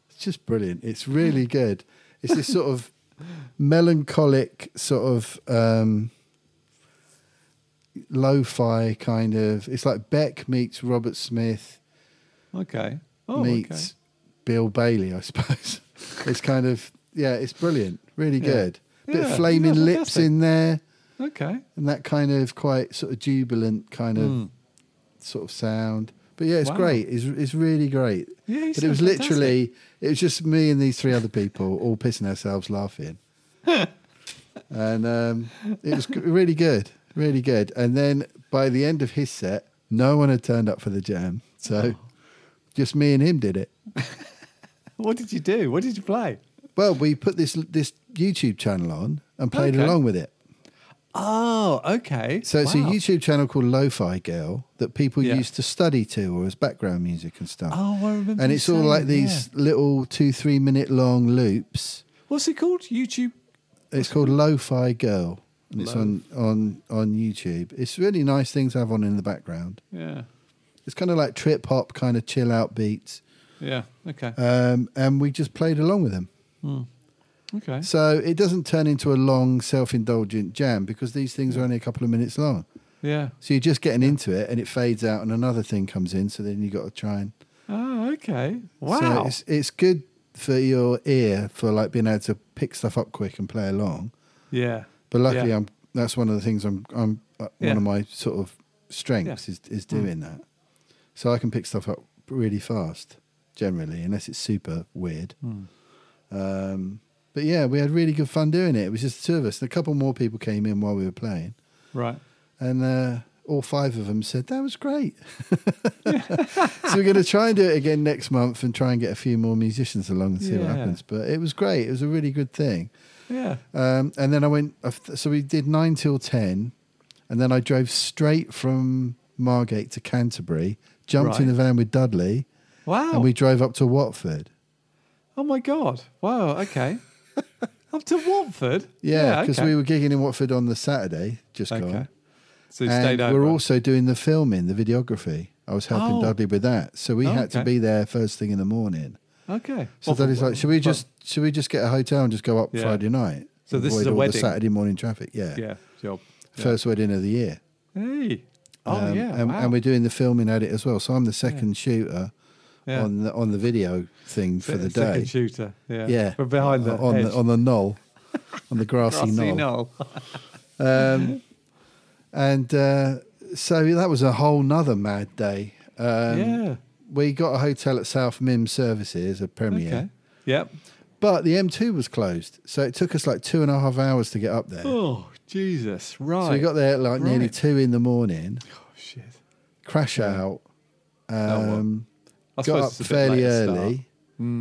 It's just brilliant. It's really good. It's this sort of melancholic, sort of um, lo fi kind of. It's like Beck meets Robert Smith
Okay. Oh.
meets
okay.
Bill Bailey, I suppose. [LAUGHS] it's kind of, yeah, it's brilliant. Really
Yeah.
good. Bit
Yeah.
of flaming
Yeah,
lips
fantastic.
in there
Okay.
and that kind of quite sort of jubilant kind of
Mm.
sort of sound. But yeah, it's
Wow.
great. It's it's really great.
Yeah. he
but it was
sounds fantastic.
literally it was just me and these three other people all pissing ourselves
[LAUGHS]
laughing, and um, it was g- really good, really good. And then by the end of his set, no one had turned up for the jam, so
Oh.
just me and him did it.
What did you do? What did you play?
Well, we put this this YouTube channel on and played
Okay.
along with it.
Oh, okay.
So it's a
Wow.
YouTube channel called Lo-Fi Girl that people
Yeah.
used to study to or as background music and stuff.
Oh, I remember.
and
you
it's all
saying
like
that,
these
yeah.
little two, three minute long loops.
What's it called? YouTube.
It's called Lo-Fi Girl. And it's
Lo-
on, on, on YouTube. It's really nice things to have on in the background.
Yeah.
It's kind of like trip hop, kind of chill out beats.
Yeah. Okay.
Um, and we just played along with them.
okay.
So it doesn't turn into a long, self indulgent jam because these things are only a couple of minutes long.
Yeah.
So you're just getting into it and it fades out and another thing comes in. So then you got to try and
Oh, Okay.
So
Wow.
it's, it's good for your ear for like being able to pick stuff up quick and play along.
yeah.
But luckily,
Yeah.
I'm that's one of the things I'm I'm uh,
Yeah. Mm.
one of my sort of strengths is is doing that. So I can pick stuff up really fast generally, unless it's super weird.
Hmm.
Um, but yeah, we had really good fun doing it. It was just the two of us, and a couple more people came in while we were playing,
Right.
and uh, all five of them said that was great. [LAUGHS] so we're going to try and do it again next month and try and get a few more musicians along and see what
Yeah.
happens. But it was great. It was a really good thing.
Yeah.
Um, and then I went, so we did nine till 10. And then I drove straight from Margate to Canterbury, jumped in
Right. Oh.
the van with Dudley,
Wow.
and we drove up to Watford.
oh my God. Wow.
[LAUGHS]
Okay. Up to Watford.
Yeah, because
okay.
we were gigging in Watford on the Saturday, just
Okay.
gone.
So you
And
stayed over.
we're also doing the filming, the videography. I was helping
Oh.
Dudley with that. So we
Oh,
had to
okay.
be there first thing in the morning.
okay.
So
Well,
Dudley's like, should we
well,
just should we just get a hotel and just go up
Yeah.
Friday night?
So this is
Avoid
a
all the
wedding.
Saturday morning traffic. Yeah.
Yeah. Job. Yeah.
First wedding of the year.
Hey. Oh
Um,
yeah.
and,
wow.
and we're doing the filming at it as well. So I'm the second shooter
Yeah.
on the on the video thing for the
Second
day.
shooter. Yeah.
Yeah, Uh,
But behind the
on
hedge.
the on the knoll, on
[LAUGHS]
the grassy,
grassy
knoll.
knoll.
Um, and uh, so that was a whole nother mad day. Um,
yeah.
We got a hotel at South Mim Services, a premier,
Okay. Yep.
but the M2 was closed, so it took us like two and a half hours to get up there.
Oh Jesus! Right.
so we got there at like nearly
Right.
two in the morning,
Oh shit!
crash out.
well,
Um,
I
got
suppose
up
it's a bit
fairly
late to start. Mm.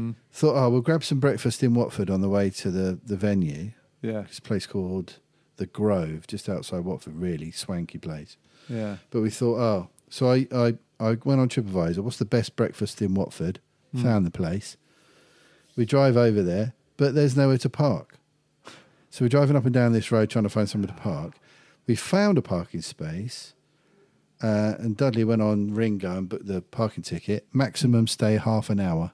early. Thought, oh, we'll grab some breakfast in Watford on the way to the, the venue.
Yeah.
This place called The Grove, just outside Watford, really swanky place.
Yeah.
But we thought, oh, so I, I, I went on TripAdvisor, what's the best breakfast in Watford? Found the place. We drive over there, but there's nowhere to park. So we're driving up and down this road trying to find somewhere to park. We found a parking space, uh, and Dudley went on Ringo and booked the parking ticket. Maximum stay half an hour.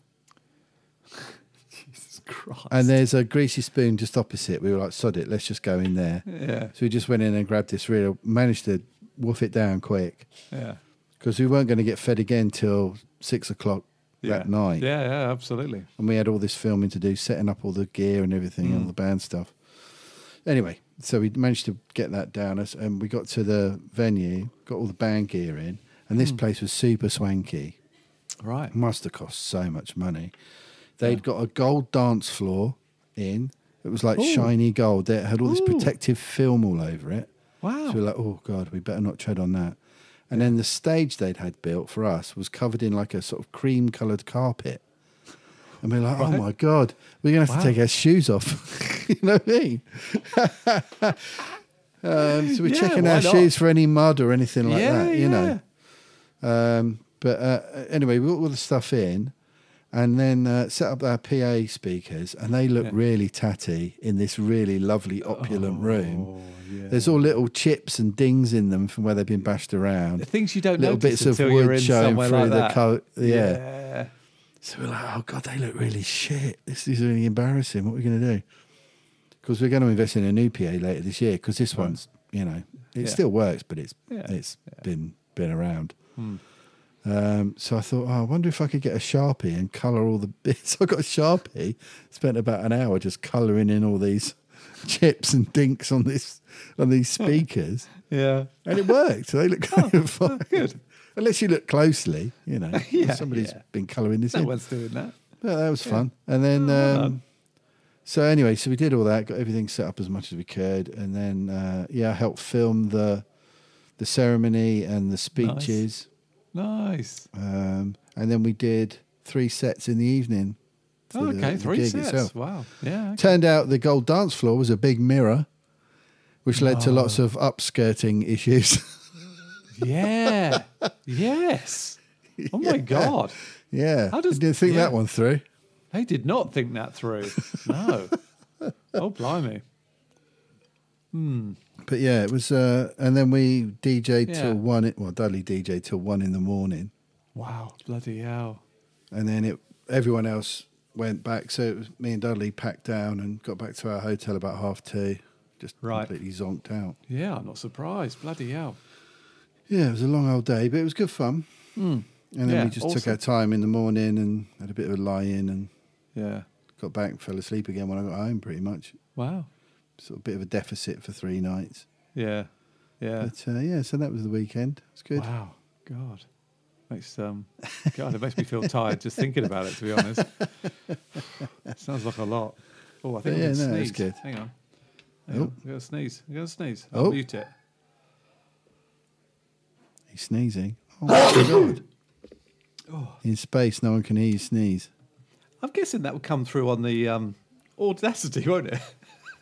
Jesus Christ.
And there's a greasy spoon just opposite. We were like, sod it, let's just go in there.
yeah.
So we just went in and grabbed this real, managed to woof it down quick.
Yeah.
because we weren't going to get fed again till six o'clock
Yeah.
that night,
Yeah. Yeah. Absolutely.
and we had all this filming to do, setting up all the gear and everything,
Mm.
all the band stuff. Anyway, so we managed to get that down us, and we got to the venue, got all the band gear in, and
Mm.
this place was super swanky.
Right.
Must have cost so much money. They'd got a gold dance floor in. It was like shiny gold. It had all this
Ooh.
protective film all over it.
Wow.
So we're like, oh God, we better not tread on that. And then the stage they'd had built for us was covered in like a sort of cream coloured carpet. And we're like, oh my God, we're going to have to
Wow.
take our shoes off. [LAUGHS] you know what I
[LAUGHS]
mean? um, so we're
Yeah,
checking
why
our
not?
shoes for any mud or anything like
yeah.
that, you
yeah.
know. Um, but uh, anyway, we got all the stuff in and then uh, set up our PA speakers, and they look really tatty in this really lovely, opulent room.
yeah.
There's all little chips and dings in them from where they've been bashed around.
Things you don't
Little
notice
bits of
until you're
wood
in
showing
somewhere
through
like
the
that.
coat. Yeah.
Yeah.
So we're like, oh God, they look really shit. This is really embarrassing. What are we going to do? Because we're going to invest in a new PA later this year because this one's, you know, it
Hmm. Yeah.
still works, but it's
Yeah. Hmm.
it's been been around. Um, so I thought, oh, I wonder if I could get a sharpie and color all the [LAUGHS] bits. I got a sharpie. Spent about an hour just coloring in all these [LAUGHS] chips and dinks on this on
[LAUGHS]
these speakers,
Yeah.
and it worked. They look kind of fine.
Oh, good.
Unless you look closely, you know,
[LAUGHS] Yeah,
somebody's
yeah.
been colouring this
No
in.
one's doing that.
Yeah, that was fun. And then, um, so anyway, so we did all that, got everything set up as much as we could, and then uh, yeah, I helped film the the ceremony and the speeches,
Nice.
um, and then we did three sets in the evening. for
Oh,
the-
okay.
the
Three
gig
sets.
itself.
Wow. Yeah.
[LAUGHS]
okay.
Turned out the gold dance floor was a big mirror, which led to
Ah.
lots of upskirting issues. [LAUGHS]
Yeah. yes. Oh my God.
yeah,
How does-
I didn't think
yeah.
that one through.
They did not think that through. No. oh, blimey.
But yeah, it was, uh, and then we DJ'd
Yeah.
till one. Well, Dudley DJ'd till one in the morning.
Wow. Bloody hell.
and then it everyone else went back. So it was me and Dudley packed down and got back to our hotel about half two, just
Right.
completely zonked out.
Yeah, I'm not surprised. Bloody hell.
Yeah, it was a long old day, but it was good fun. And then
Hmm. Yeah,
we just took
awesome.
our time in the morning and had a bit of a lie in and
Yeah.
got back and fell asleep again when I got home, pretty much.
Wow.
Sort of bit of a deficit for three nights.
Yeah. Yeah.
But uh, yeah, so that was the weekend. It's good.
Wow. God. Makes um God, it makes me feel tired just thinking about it to be honest. [LAUGHS] Sounds like a lot. Oh, I think
But
I'm
yeah,
gonna
no, it's
sneeze.
good.
Hang on. Hang
Oh.
on. I'm gonna sneeze. I'm gonna sneeze. I'll
Oh.
mute it.
He's sneezing.
[COUGHS]
Oh my god.
Oh.
In space, no one can hear you sneeze.
I'm guessing that will come through on the um audacity, won't it? [LAUGHS]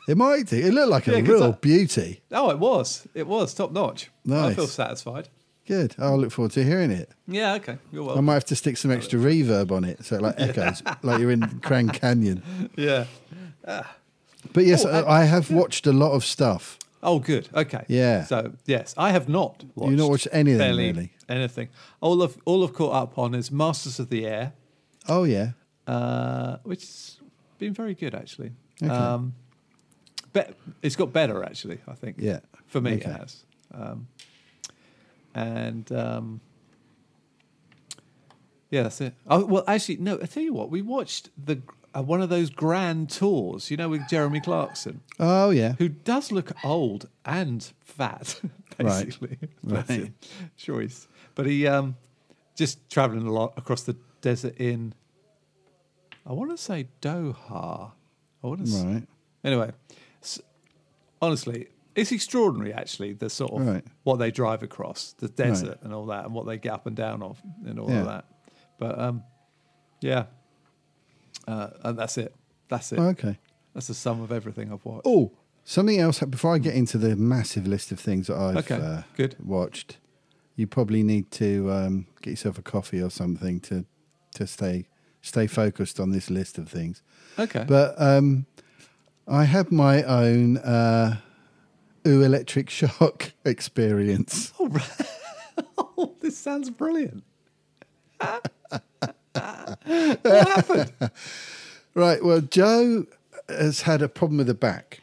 It might do. It looked like
Yeah,
a
'cause
real
that-
beauty.
Oh, it was. It was top notch. I feel
Nice.
satisfied.
Good. Oh, I look forward to hearing it.
Yeah, okay. You're
I
welcome.
might have to stick some extra reverb on it so it like echoes, like
[LAUGHS]
you're in Crane Canyon.
Yeah.
But yes,
Oh,
I-
that-
I have watched a lot of stuff.
Oh, good. Okay.
Yeah.
So yes, I have not watched.
not watched anything,
barely
really?
Anything. All of all I've caught up on is Masters of the Air,
Oh yeah,
uh, which has been very good actually. Um, bet it's got better actually. I think.
Yeah.
For me,
Okay.
it has. Um, and um, yeah, that's it. Oh well, actually, no. I tell you what, we watched the uh, one of those grand tours, you know, with Jeremy Clarkson
oh yeah.
who does look old and fat, [LAUGHS]
Right.
basically. Bless
Right.
him. Sure, he's but he um, just traveling a lot across the desert in. I want to say Doha. I want to. s
Right.
Anyway, s honestly, it's extraordinary. Actually, the sort of
Right.
what they drive across the desert and all that, and what they get up and down of, and all
Yeah.
of that. But um, yeah, uh, and that's it. That's it.
Oh, okay.
That's the sum of everything I've watched.
Oh, something else. Before I get into the massive list of things that I've
Okay,
uh,
good.
watched, you probably need to um, get yourself a coffee or something to to stay stay focused on this list of things.
Okay.
Oh, But um, I had my own uh, ooh electric shock [LAUGHS] experience.
Oh, right. [LAUGHS] oh, this sounds brilliant.
Right. Well, Joe has had a problem with the back.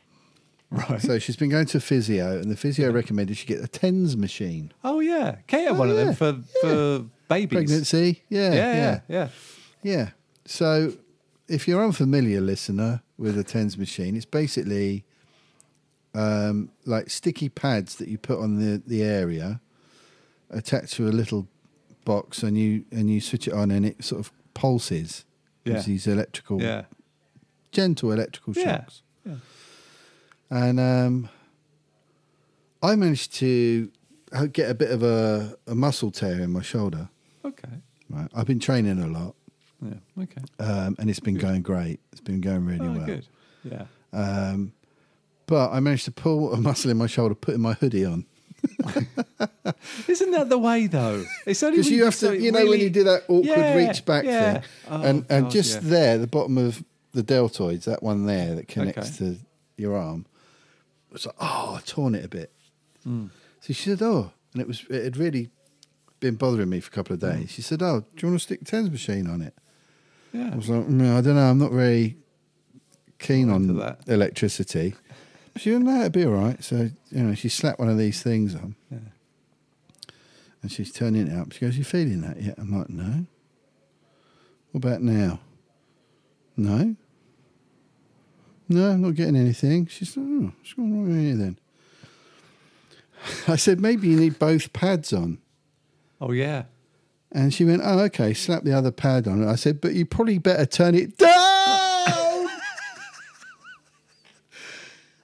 Right.
So she's been going to a physio, and the physio recommended she get a TENS machine.
Oh yeah, Kate had one of
yeah,
them for for babies.
Pregnancy? Yeah.
Yeah, yeah, yeah.
Yeah. So, if you're unfamiliar, listener, with a TENS machine, it's basically um, like sticky pads that you put on the, the area, attached to a little box, and you and you switch it on, and it sort of pulses.
Yeah.
Gives These electrical,
yeah.
gentle electrical
Yeah.
shocks. And um, I managed to uh, get a bit of a, a muscle tear in my shoulder.
Okay.
Right, I've been training a lot,
Yeah. Okay.
um, and it's been going great. It's been going really
Oh,
well.
good. Yeah.
But I managed to pull a muscle in my shoulder, putting my hoodie on.
Isn't that the way though? It's
[LAUGHS]
only
Because
when
you have
so
to,
it
you know, when
really-
you do that awkward
Yeah,
reach back
yeah.
thing,
Oh,
and and
God,
just
yeah.
there, the bottom of the deltoids, that one there that connects to your arm, it was like, oh, I torn it a bit.
Hmm.
So she said, oh, and it was it had really been bothering me for a couple of
Hmm.
days. She said, oh, do you want to stick tens machine on it? I
Yeah.
was like, no, I don't know, I'm not very keen
Not
on
into that.
electricity. She went, no, it'd be all right. So you know, she slapped one of these things on.
yeah.
And she's turning it up. She goes, You feeling that yet? I'm like, No. What about now? No. No, I'm not getting anything. She's like, Oh, what's going wrong here then? [LAUGHS] I said, Maybe you need both pads on.
Oh yeah.
And she went, Oh, okay, slap the other pad on. I said, But you probably better turn it down.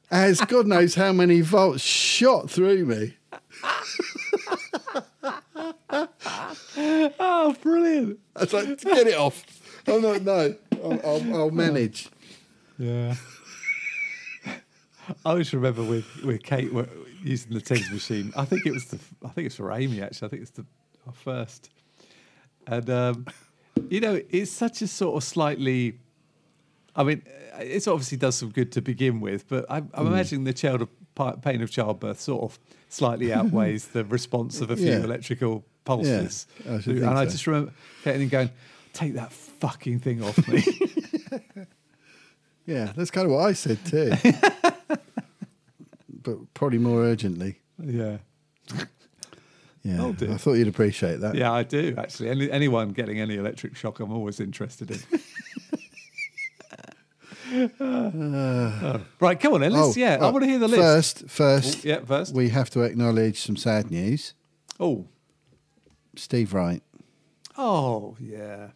As God knows how many volts shot through me.
Oh, brilliant.
I was like, get it off. I'm not, no, I'll, I'll, I'll manage.
Yeah.
I always remember with with Kate w- using the tens machine. I think it was the I think it's for Amy actually. I think it's the our first, and um, you know it's such a sort of slightly. I mean, uh, it's obviously does some good to begin with, but I'm,
Hmm.
I'm imagining the child of pi- pain of childbirth sort of
[LAUGHS]
slightly outweighs the response of a few
Yeah.
electrical pulses.
I should
and
think
I
so.
just remember Kate and going, "Take that fucking thing
[LAUGHS]
off me."
Yeah, that's kind of what I said too. [LAUGHS] but probably more urgently.
yeah.
Yeah,
Oh, dear.
I thought you'd appreciate that.
Yeah, I do actually. Any, anyone getting any electric shock, I'm always interested
[SIGHS]
in. Uh, right, come on, then. Let's, yeah, I
well,
want to hear the list.
Oh, First, first,
yeah, first.
we have to acknowledge some sad news.
oh,
Steve Wright.
oh, yeah.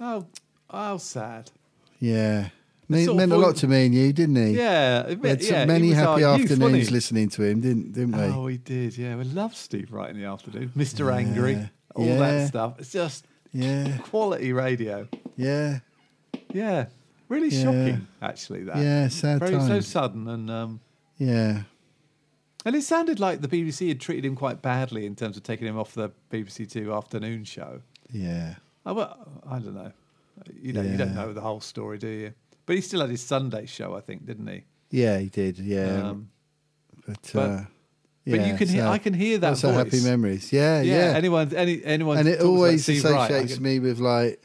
Oh, how sad.
Yeah. Me-
sort of
meant a
voice-
lot to me and you, didn't he?
Yeah, it-
We had so
yeah, he
many
was
happy
our youth, wasn't
afternoons
he?
listening to him, didn't didn't we?
Oh, he did. Yeah, we love Steve Wright in the afternoon, Mister Angry, all
Yeah.
that stuff. It's just
Yeah,
quality radio.
yeah,
Yeah, really
Yeah.
shocking, actually. That
yeah. Sad
very so
times.
sudden and um,
yeah,
And it sounded like the BBC had treated him quite badly in terms of taking him off the BBC Two afternoon show.
yeah,
I, well, I don't know. You know, you
Yeah.
don't know the whole story, do you? But he still had his Sunday show, I think, didn't he?
yeah. He did. Yeah,
Um,
but,
but-
uh,
but
yeah,
you can hear,
sad.
I can hear that
Lots of happy
voice.
memories. Yeah, yeah.
Anyone, any, anyone,
and it
talks about
always
Steve Wright, I
associates
can-
me with like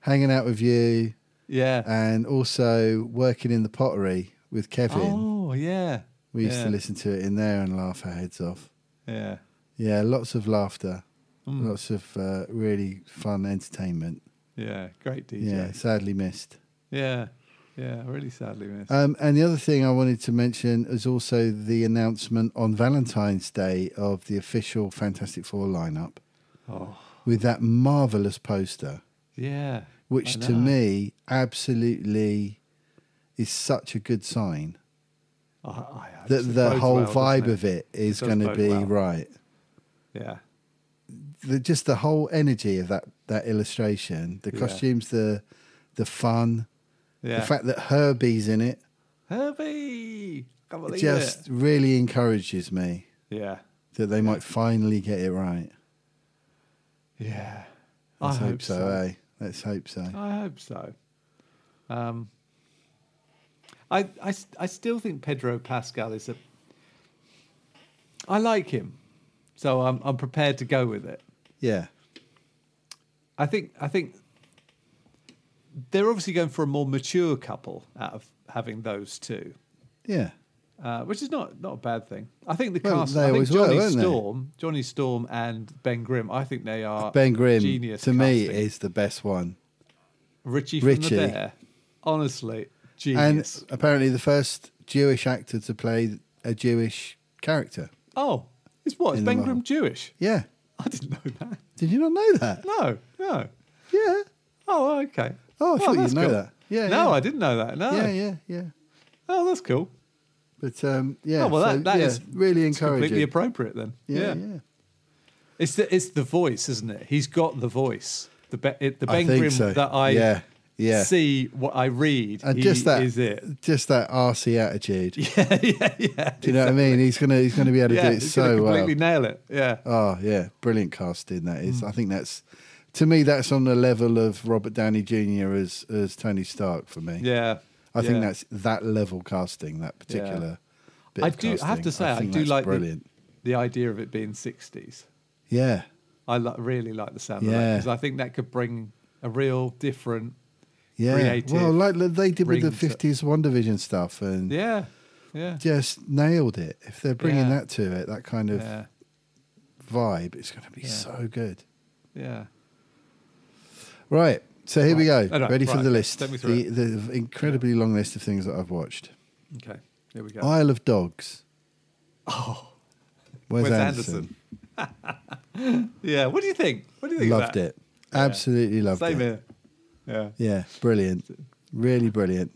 hanging out with you
Yeah.
and also working in the pottery with Kevin.
oh yeah.
we used
yeah.
to listen to it in there and laugh our heads off.
Yeah.
Yeah, lots of laughter,
Mm.
lots of uh, really fun entertainment.
Yeah. Great DJ.
Yeah, sadly missed.
Yeah. Yeah. Really sadly missed.
Um, and the other thing I wanted to mention is also the announcement on Valentine's Day of the official Fantastic Four lineup
oh.
with that marvelous poster,
Yeah.
which
I
to
know.
me absolutely is such a good sign
I, I, I
that
just
the
bodes
whole
well, doesn't
vibe
it?
of it is
does
going to
bode
be
well.
right.
Yeah.
the, just the whole energy of that that illustration, the
Yeah.
costumes, the the fun,
Yeah.
the fact that Herbie's in it,
Herbie. Can't believe
just
it.
really encourages me
Yeah.
that they might finally get it right.
Yeah.
Let's hope, so, eh? Let's hope so.
I hope so. Um, I, I, s- I still think Pedro Pascal is a. I like him, so I'm I'm prepared to go with it.
Yeah,
I think I think they're obviously going for a more mature couple out of having those two,
yeah,
uh, which is not not a bad thing. I think the
Well,
cast.
they
I think
always were,
Johnny
weren't they?
Storm, Johnny Storm, and Ben Grimm. I think they are
Ben Grimm
Genius
to me
casting.
is the best one.
Richie from
Richie.
the Bear. Honestly, genius.
And apparently, the first Jewish actor to play a Jewish character.
oh, it's what? Is
In the
Ben
Marvel.
Grimm Jewish?
Yeah,
I didn't know that.
did you not know that?
No, no.
Yeah.
Oh, okay.
Oh, I thought
that's
you'd know
cool.
that. Yeah.
no,
yeah.
I didn't know that. No.
Yeah, yeah, yeah.
Oh, that's cool.
But um, yeah,
oh, well,
so,
that, that
yeah,
is
really
it's
encouraging.
completely appropriate then.
yeah, yeah.
It's the it's the voice, isn't it? He's got the voice. The be, it, the Ben
I think
Grimm
so.
that I
yeah, yeah.
see, what I read,
and
he
just that
is it. [LAUGHS]
just that RC attitude.
yeah, yeah, yeah.
Do you know what I mean? He's gonna he's gonna be able to
Yeah,
do it
he's gonna
so well.
completely Hmm. nail it. Yeah.
Oh yeah, brilliant casting that is. I think that's to me that's on the level of Robert Downey Jr. as as Tony Stark for me.
Yeah.
I think
yeah.
that's that level casting, that particular. Bit
I
of
do. I have
casting.
to say, I,
think
do
that's
like the,
brilliant.
the idea of it being sixties.
Yeah,
I li- really like the sound of
Yeah.
that because I think that could bring a real different.
yeah.
creative
well, like they did with the
rings that-
'50s One Division stuff, and
Yeah, yeah,
just nailed it. If they're bringing
Yeah.
that to it, that kind of
yeah,
vibe, it's going to be
Yeah.
so good.
yeah.
Right. So here we go.
All right,
Ready for
right,
the
okay,
list.
take me through
The, the incredibly long list of things that I've watched.
Okay, here we go.
Isle of Dogs. Oh. Where's
Wes
Anderson?
yeah, what do you think? What do you think? of
Loved
that?
it. Absolutely loved
Same
it.
here. Yeah,
Yeah. Brilliant. Really brilliant.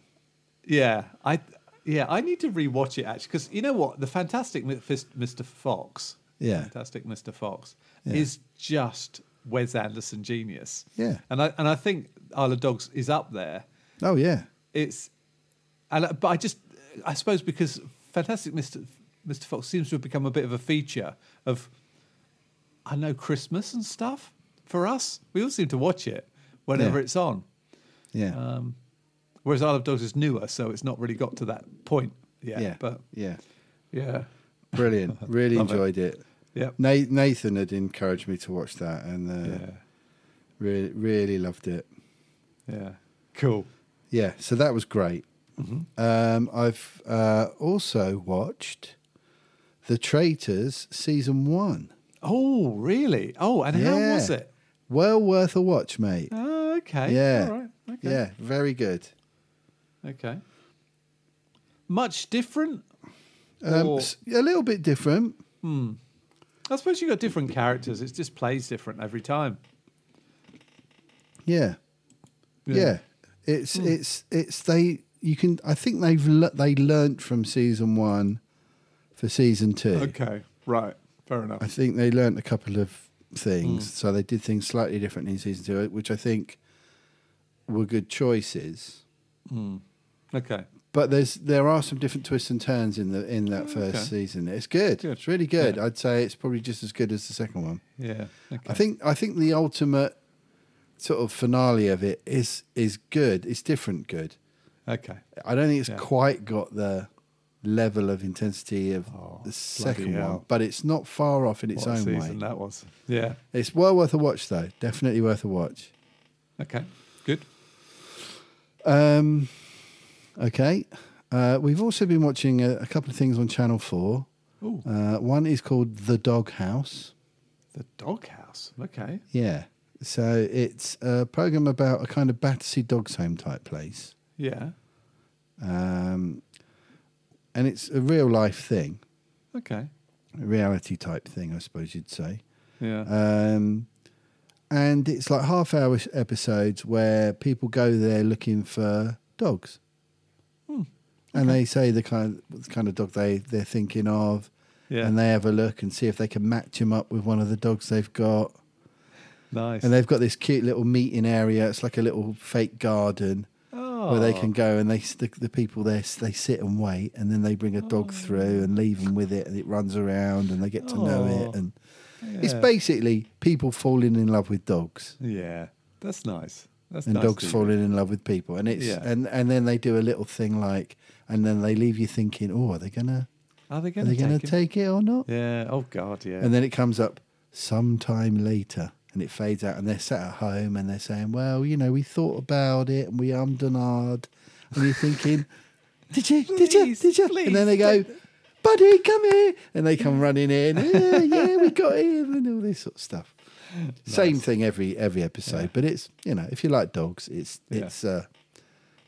yeah. I yeah, I need to rewatch it actually because you know what, the Fantastic Mi- Fis- Mr. Fox.
Yeah.
Fantastic Mr. Fox
Yeah.
is just Wes Anderson genius.
Yeah.
and I and I think Isle of Dogs is up there.
Oh, yeah.
it's and but I just I suppose because Fantastic Mr. Mr. Fox seems to have become a bit of a feature of I know Christmas and stuff for us. We all seem to watch it whenever
Yeah.
it's on.
Yeah.
Um, Whereas Isle of Dogs is newer, so it's not really got to that point yet.
yeah.
But
yeah.
yeah, [LAUGHS]
Brilliant. Really
Love it.
enjoyed it.
yeah,
Na- Nathan had encouraged me to watch that and uh,
yeah,
really, really loved it.
yeah. Cool.
Yeah, so that was great.
Mm-hmm.
Um, I've uh, also watched The Traitors season one.
Oh, really? Oh, and how was
Yeah.
it?
Well worth a watch, mate.
Oh, okay.
Yeah.
All right. Okay.
Yeah, very good.
Okay. Much different.
Um,
Or-
s- a little bit different.
I suppose you got different characters. It just plays different every time.
Yeah. Yeah. It's
Hmm.
it's it's they you can I think they've le- they learnt from season 1 for season 2.
Okay. Right. Fair enough.
I think they learnt a couple of
Mm.
things. So they did things slightly different in season 2, which I think were good choices.
Okay.
But there's there are some different twists and turns in the in that first
Mm, Okay.
season. It's good.
Good.
It's really good. I'd say it's probably just as good as the second one.
Yeah. Okay.
I think I think the ultimate sort of finale of it is is good. It's different good.
Okay.
I don't think it's
Yeah.
quite got the level of intensity of the second one,
Oh, hell.
but it's not far off in its
What a
own
season
way.
that was. Yeah.
It's well worth a watch, though. Definitely worth a watch.
Okay. Good.
Um, okay. Uh, we've also been watching a, a couple of things on Channel 4.
Ooh.
Uh, one is called The Dog House.
The doghouse. Okay.
Yeah. So it's a program about a kind of Battersea Dogs Home type place.
Yeah.
Um, and it's a real life thing,
Okay.
a reality type thing, I suppose you'd say.
Yeah.
Um, and it's like half hour sh- episodes where people go there looking for dogs. And they say the kind of, the kind of dog they, they're thinking of.
yeah.
And they have a look and see if they can match him up with one of the dogs they've got.
nice.
And they've got this cute little meeting area. It's like a little fake garden
oh.
where they can go and they s- the, the people there s- they sit and wait and then they bring a
Oh.
dog through and leave them with it and it runs around and they get to know it
Oh,
and it's
yeah.
basically people falling in love with dogs
Yeah. That's nice. That's
and
nice
dogs
of you.
falling in love with people and it's
Yeah.
and and then they do a little thing like and then they leave you thinking oh are they gonna
Are they
are
going
they
to
gonna
take? him?
take it or not
Yeah. Oh God. Yeah.
and then it comes up sometime later and it fades out and they're sat at home and they're saying well you know we thought about it and we ummed and ahed and you're thinking did you did you
Please,
did you
please,
and then they go buddy come here and they come running in yeah, yeah we got him and all this sort of stuff same thing every every episode but it's you know if you like dogs it's
Yeah.
it's uh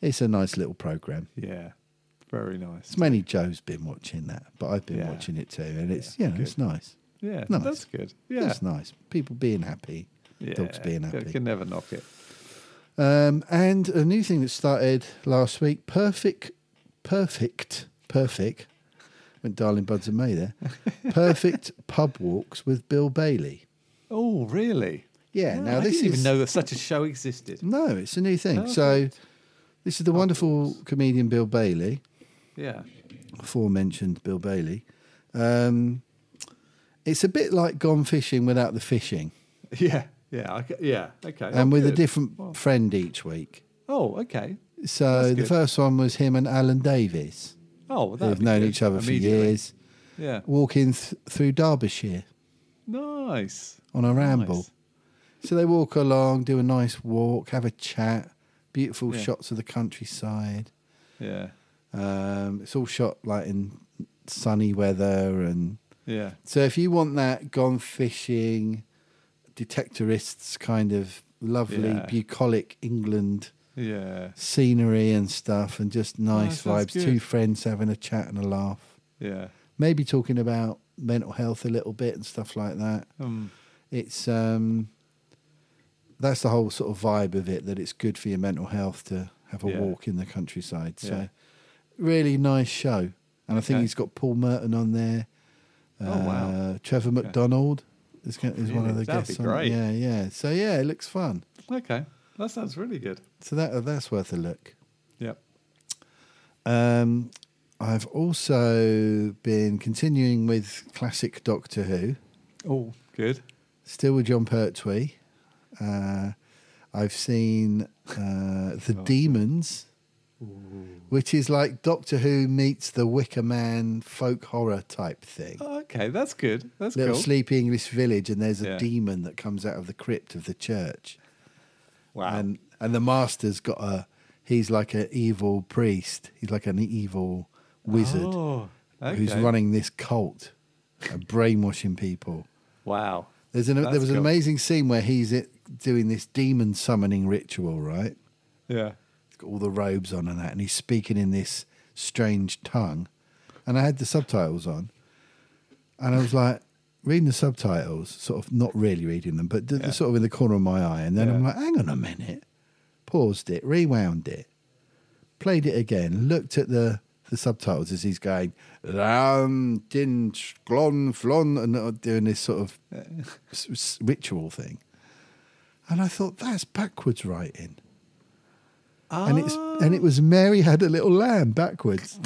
it's a nice little program
yeah. Very nice.
it's mainly joe's been watching that but i've been
Yeah.
watching it too and it's you know it's nice
Yeah.
nice.
That's good. Yeah.
that's nice. People being happy,
yeah.
dogs being
You
happy.
can never knock it.
Um, and a new thing that started last week: perfect, perfect, perfect. Went darling buds and May
[LAUGHS]
there. Perfect pub walks with Bill Bailey.
Oh really?
Yeah.
Wow,
now
Ah, I
this
didn't
is
even know that such a show existed.
no, it's a new thing. So this is the wonderful comedian Bill Bailey,
Yeah.
aforementioned Bill Bailey. Um, it's a bit like gone fishing without the fishing,
Yeah. Yeah. Okay. Yeah. Okay.
and
oh,
with a
good.
different friend each week.
Oh, okay.
So
That's
the
good.
first one was him and Alan Davies.
Oh, well, that'd
They've
be
known
good.
each other for
Immediately.
years,
Yeah.
walking th- through Derbyshire
Nice.
on a ramble. So they walk along, do a nice walk, have a chat, beautiful
Yeah.
shots of the countryside.
Yeah.
Um, it's all shot like in sunny weather. And
Yeah.
so if you want that gone fishing, detectorists kind of lovely,
Yeah.
bucolic England
Yeah.
scenery and stuff, and just nice
sounds
vibes,
good.
two friends having a chat and a laugh.
Yeah.
maybe talking about mental health a little bit and stuff like that.
Um,
It's um, that's the whole sort of vibe of it that it's good for your mental health to have a
Yeah.
walk in the countryside. So,
Yeah.
really nice show, and I think
Okay.
he's got Paul Merton on there. Uh,
Oh, wow.
Trevor McDonald is, go- is one of the
Really? That'd be
guests. on it.
great.
Yeah, yeah. So yeah, it looks fun.
okay. That sounds really good.
So that that's worth a look.
Yep.
Um, I've also been continuing with classic Doctor Who.
Oh, good.
still with John Pertwee. Uh, I've seen uh, The
Oh.
Demons, which is like Doctor Who meets the Wicker Man folk horror type thing.
Okay, that's good. Oh, That's
Little
cool.
sleepy English village, and there's a
Yeah.
demon that comes out of the crypt of the church,
Wow.
and and the master's got a he's like an evil priest. He's like an evil wizard
Oh, okay.
who's running this cult and brainwashing people.
Wow.
There's an there
That's
was an
cool.
amazing scene where he's it, doing this demon summoning ritual, right?
Yeah.
He's got all the robes on and that, and he's speaking in this strange tongue. And I had the subtitles on, and I was like reading the subtitles, sort of not really reading them, but th-
Yeah.
sort of in the corner of my eye. And then I'm
Yeah.
like, hang on a minute, paused it, rewound it, played it again, looked at the the subtitles as he's going ram din glon flon and uh, doing this sort of s- s- ritual thing. And I thought that's backwards writing and it's and it
Oh.
was Mary had a little lamb backwards.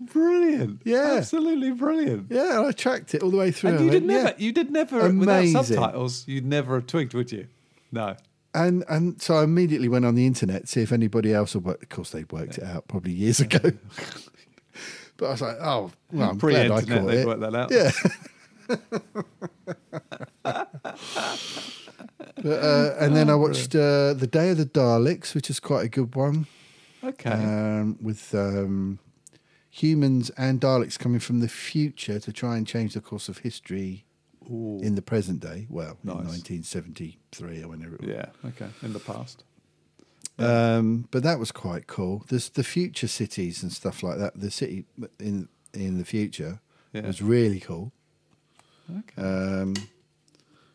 Brilliant.
Yeah.
Absolutely brilliant.
Yeah, and I tracked it all the way through.
And
I
you did
went,
never,
yeah.
you did never
Amazing.
without subtitles, you'd never have twigged, would you? No.
And and so I immediately went on the internet to see if anybody else had worked. Of course, they'd worked it out probably years ago. [LAUGHS] but I was like, oh, well, I'm glad I
Pre-internet,
caught
they'd
it.
worked that out.
Yeah.
[LAUGHS]
but, uh, and
Oh,
then I watched uh, the Day of the Daleks, which is quite a good one,
Okay.
um, with um, humans and Daleks coming from the future to try and change the course of history.
Ooh.
in the present day. Well, in
Nice.
1973 or whenever it was.
yeah. Okay. In the past.
Um, but that was quite cool. There's the future cities and stuff like that. The city in in the future
Yeah.
was really cool.
Okay.
Um,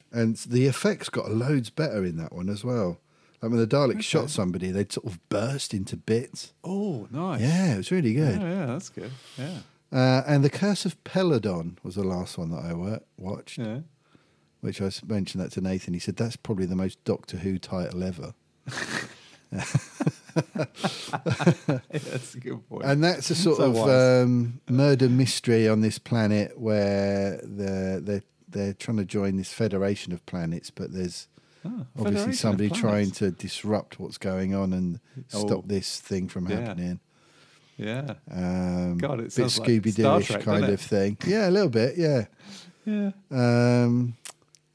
and the effects got loads better in that one as well. Like when the Daleks shot somebody, they'd sort of burst into bits.
oh, nice.
Yeah, it was really good.
Oh, yeah. That's good. Yeah.
Uh, and The Curse of Peladon was the last one that I wa- watched,
Yeah. [LAUGHS]
which I s- mentioned that to Nathan. He said, That's probably the most Doctor Who title ever.
That's a good point.
And that's
[LAUGHS]
a sort
So
of
wise.
um, murder mystery on this planet where they're, they're, they're trying to join this federation of planets, but there's
Ah, Federation
obviously
of
somebody
Planets.
trying to disrupt what's going on and
Oh.
stop this thing from
Yeah.
happening.
Yeah.
Um,
God, it
bit
sounds like
Scooby
Star
Dooish
Trek,
kind
doesn't
of thing. Yeah, a little bit, yeah.
Yeah.
Um,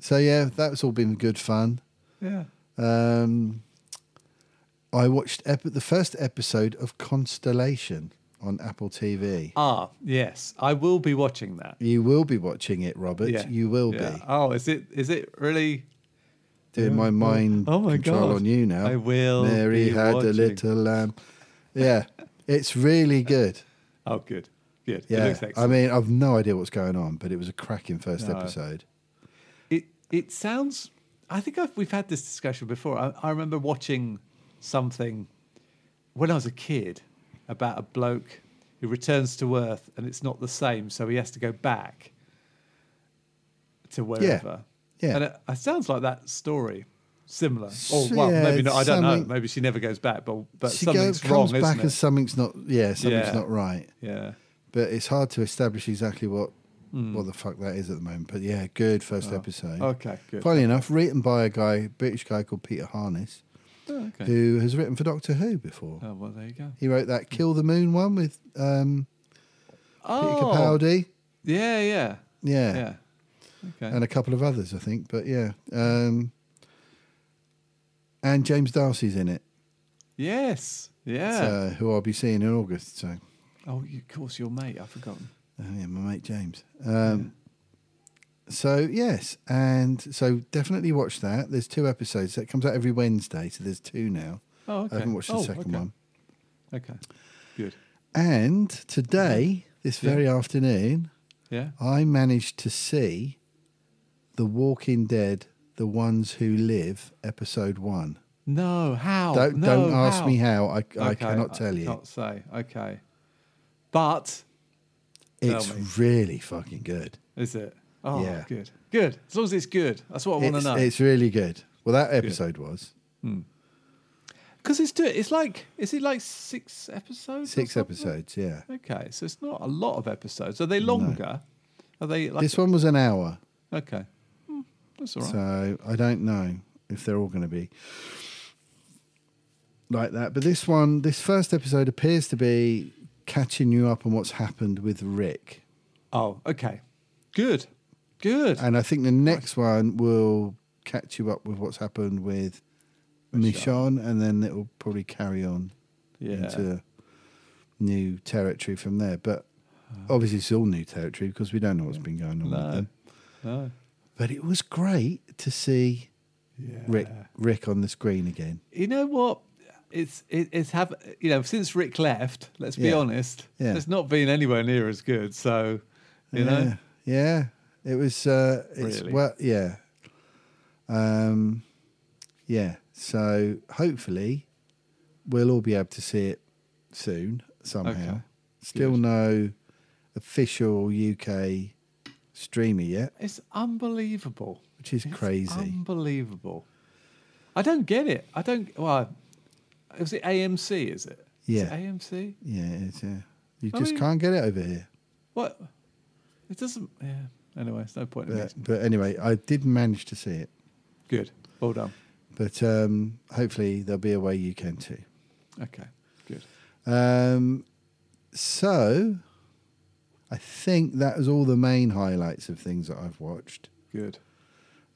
so, yeah, that's all been good fun.
Yeah.
Um, I watched ep- the first episode of Constellation on Apple TV.
Ah, yes. I will be watching that.
You will be watching it, Robert.
Yeah.
You will
yeah.
be
Oh, is it? Is it really?
doing my mind
Oh my
control
God.
on you now.
I will
Mary
be
had a
watching.
little lamb. Yeah, it's
[LAUGHS]
really good.
Oh, good. Good. It
Yeah,
looks excellent.
I mean, I've no idea what's going on, but it was a cracking first
No.
episode.
It it sounds. I think I've, we've had this discussion before. I, I remember watching something when I was a kid about a bloke who returns to Earth and it's not the same, so he has to go back to wherever.
Yeah.
And it, it sounds like that story. Similar, or well,
yeah,
maybe not. I don't know.
something-
Maybe she never goes back, but but
She goes,
something's
comes
wrong,
back
isn't
and
it?
something's not. Yeah, something's
Yeah.
not right.
Yeah,
But it's hard to establish exactly what
Hmm.
what the fuck that is at the moment. But yeah, good
Oh.
first episode.
okay, good.
Funny enough, written by a guy, British guy called Peter Harness,
Oh, okay.
who has written for Doctor Who before.
Oh, well, there you go.
He wrote that Kill the Moon one with um, Peter Capaldi.
Oh, yeah, yeah,
Yeah.
yeah. Okay.
And a couple of others, I think. But yeah. Um, and James Darcy's in it,
yes. Yeah.
so, who I'll be seeing in August. So,
Oh, you- of course, your mate. I've forgotten.
oh, yeah, my mate James. Um, So, yes. And so definitely watch that. There's two episodes. That comes out every Wednesday. So there's two now.
Oh, okay.
I haven't watched the
Oh,
second
okay.
one.
Okay. Good.
And today, this
Mm-hmm. Yeah.
very afternoon,
Yeah.
I managed to see The Walking Dead, The Ones Who Live, episode one.
No. How?
don't
Oh, No,
don't ask
how?
me how. I, I
Okay, uh,
cannot tell
I
you.
can't say. Okay. But
It's
tell me.
really fucking good.
is it? Oh,
Yeah.
good. Good. As long as it's good. That's what I want to
It's,
know.
it's really good. Well, that episode was
Because it's do It's like. Is it like six episodes? or
six
something?
episodes. Yeah,
Okay, so it's not a lot of episodes. Are they longer? Are they like
this one was an hour,
Okay. Hmm, that's all right.
so I don't know if they're all going to be like that. But this one, this first episode appears to be catching you up on what's happened with Rick,
oh, okay. Good. Good.
and I think the next one will catch you up with what's happened with Michonne, and then it will probably carry on
yeah.
into new territory from there. But obviously it's all new territory because we don't know what's been going on with them.
No.
But it was great to see Rick Rick on the screen again.
You know what? It's it, it's have you know since Rick left. Let's be
Yeah.
honest.
Yeah.
It's not been anywhere near as good. So, you know,
Yeah. Yeah. It was uh it's
Really?
well yeah. Um yeah. So hopefully we'll all be able to see it soon somehow.
Okay.
Still no official UK streamer yet,
it's unbelievable.
which is
It's
crazy.
um, Unbelievable. I don't get it. I don't. Well, is it AMC? Is it? Is it
Yeah.
AMC.
yeah, it is, yeah. You
I
just
mean-
can't get it over here.
What? It doesn't. Yeah. Anyway, it's no point in
But,
it.
but anyway, I did manage to see it.
Good. Well done.
But um, hopefully there'll be a way you can too.
Okay. Good.
Um, so, I think that was all the main highlights of things that I've watched.
Good.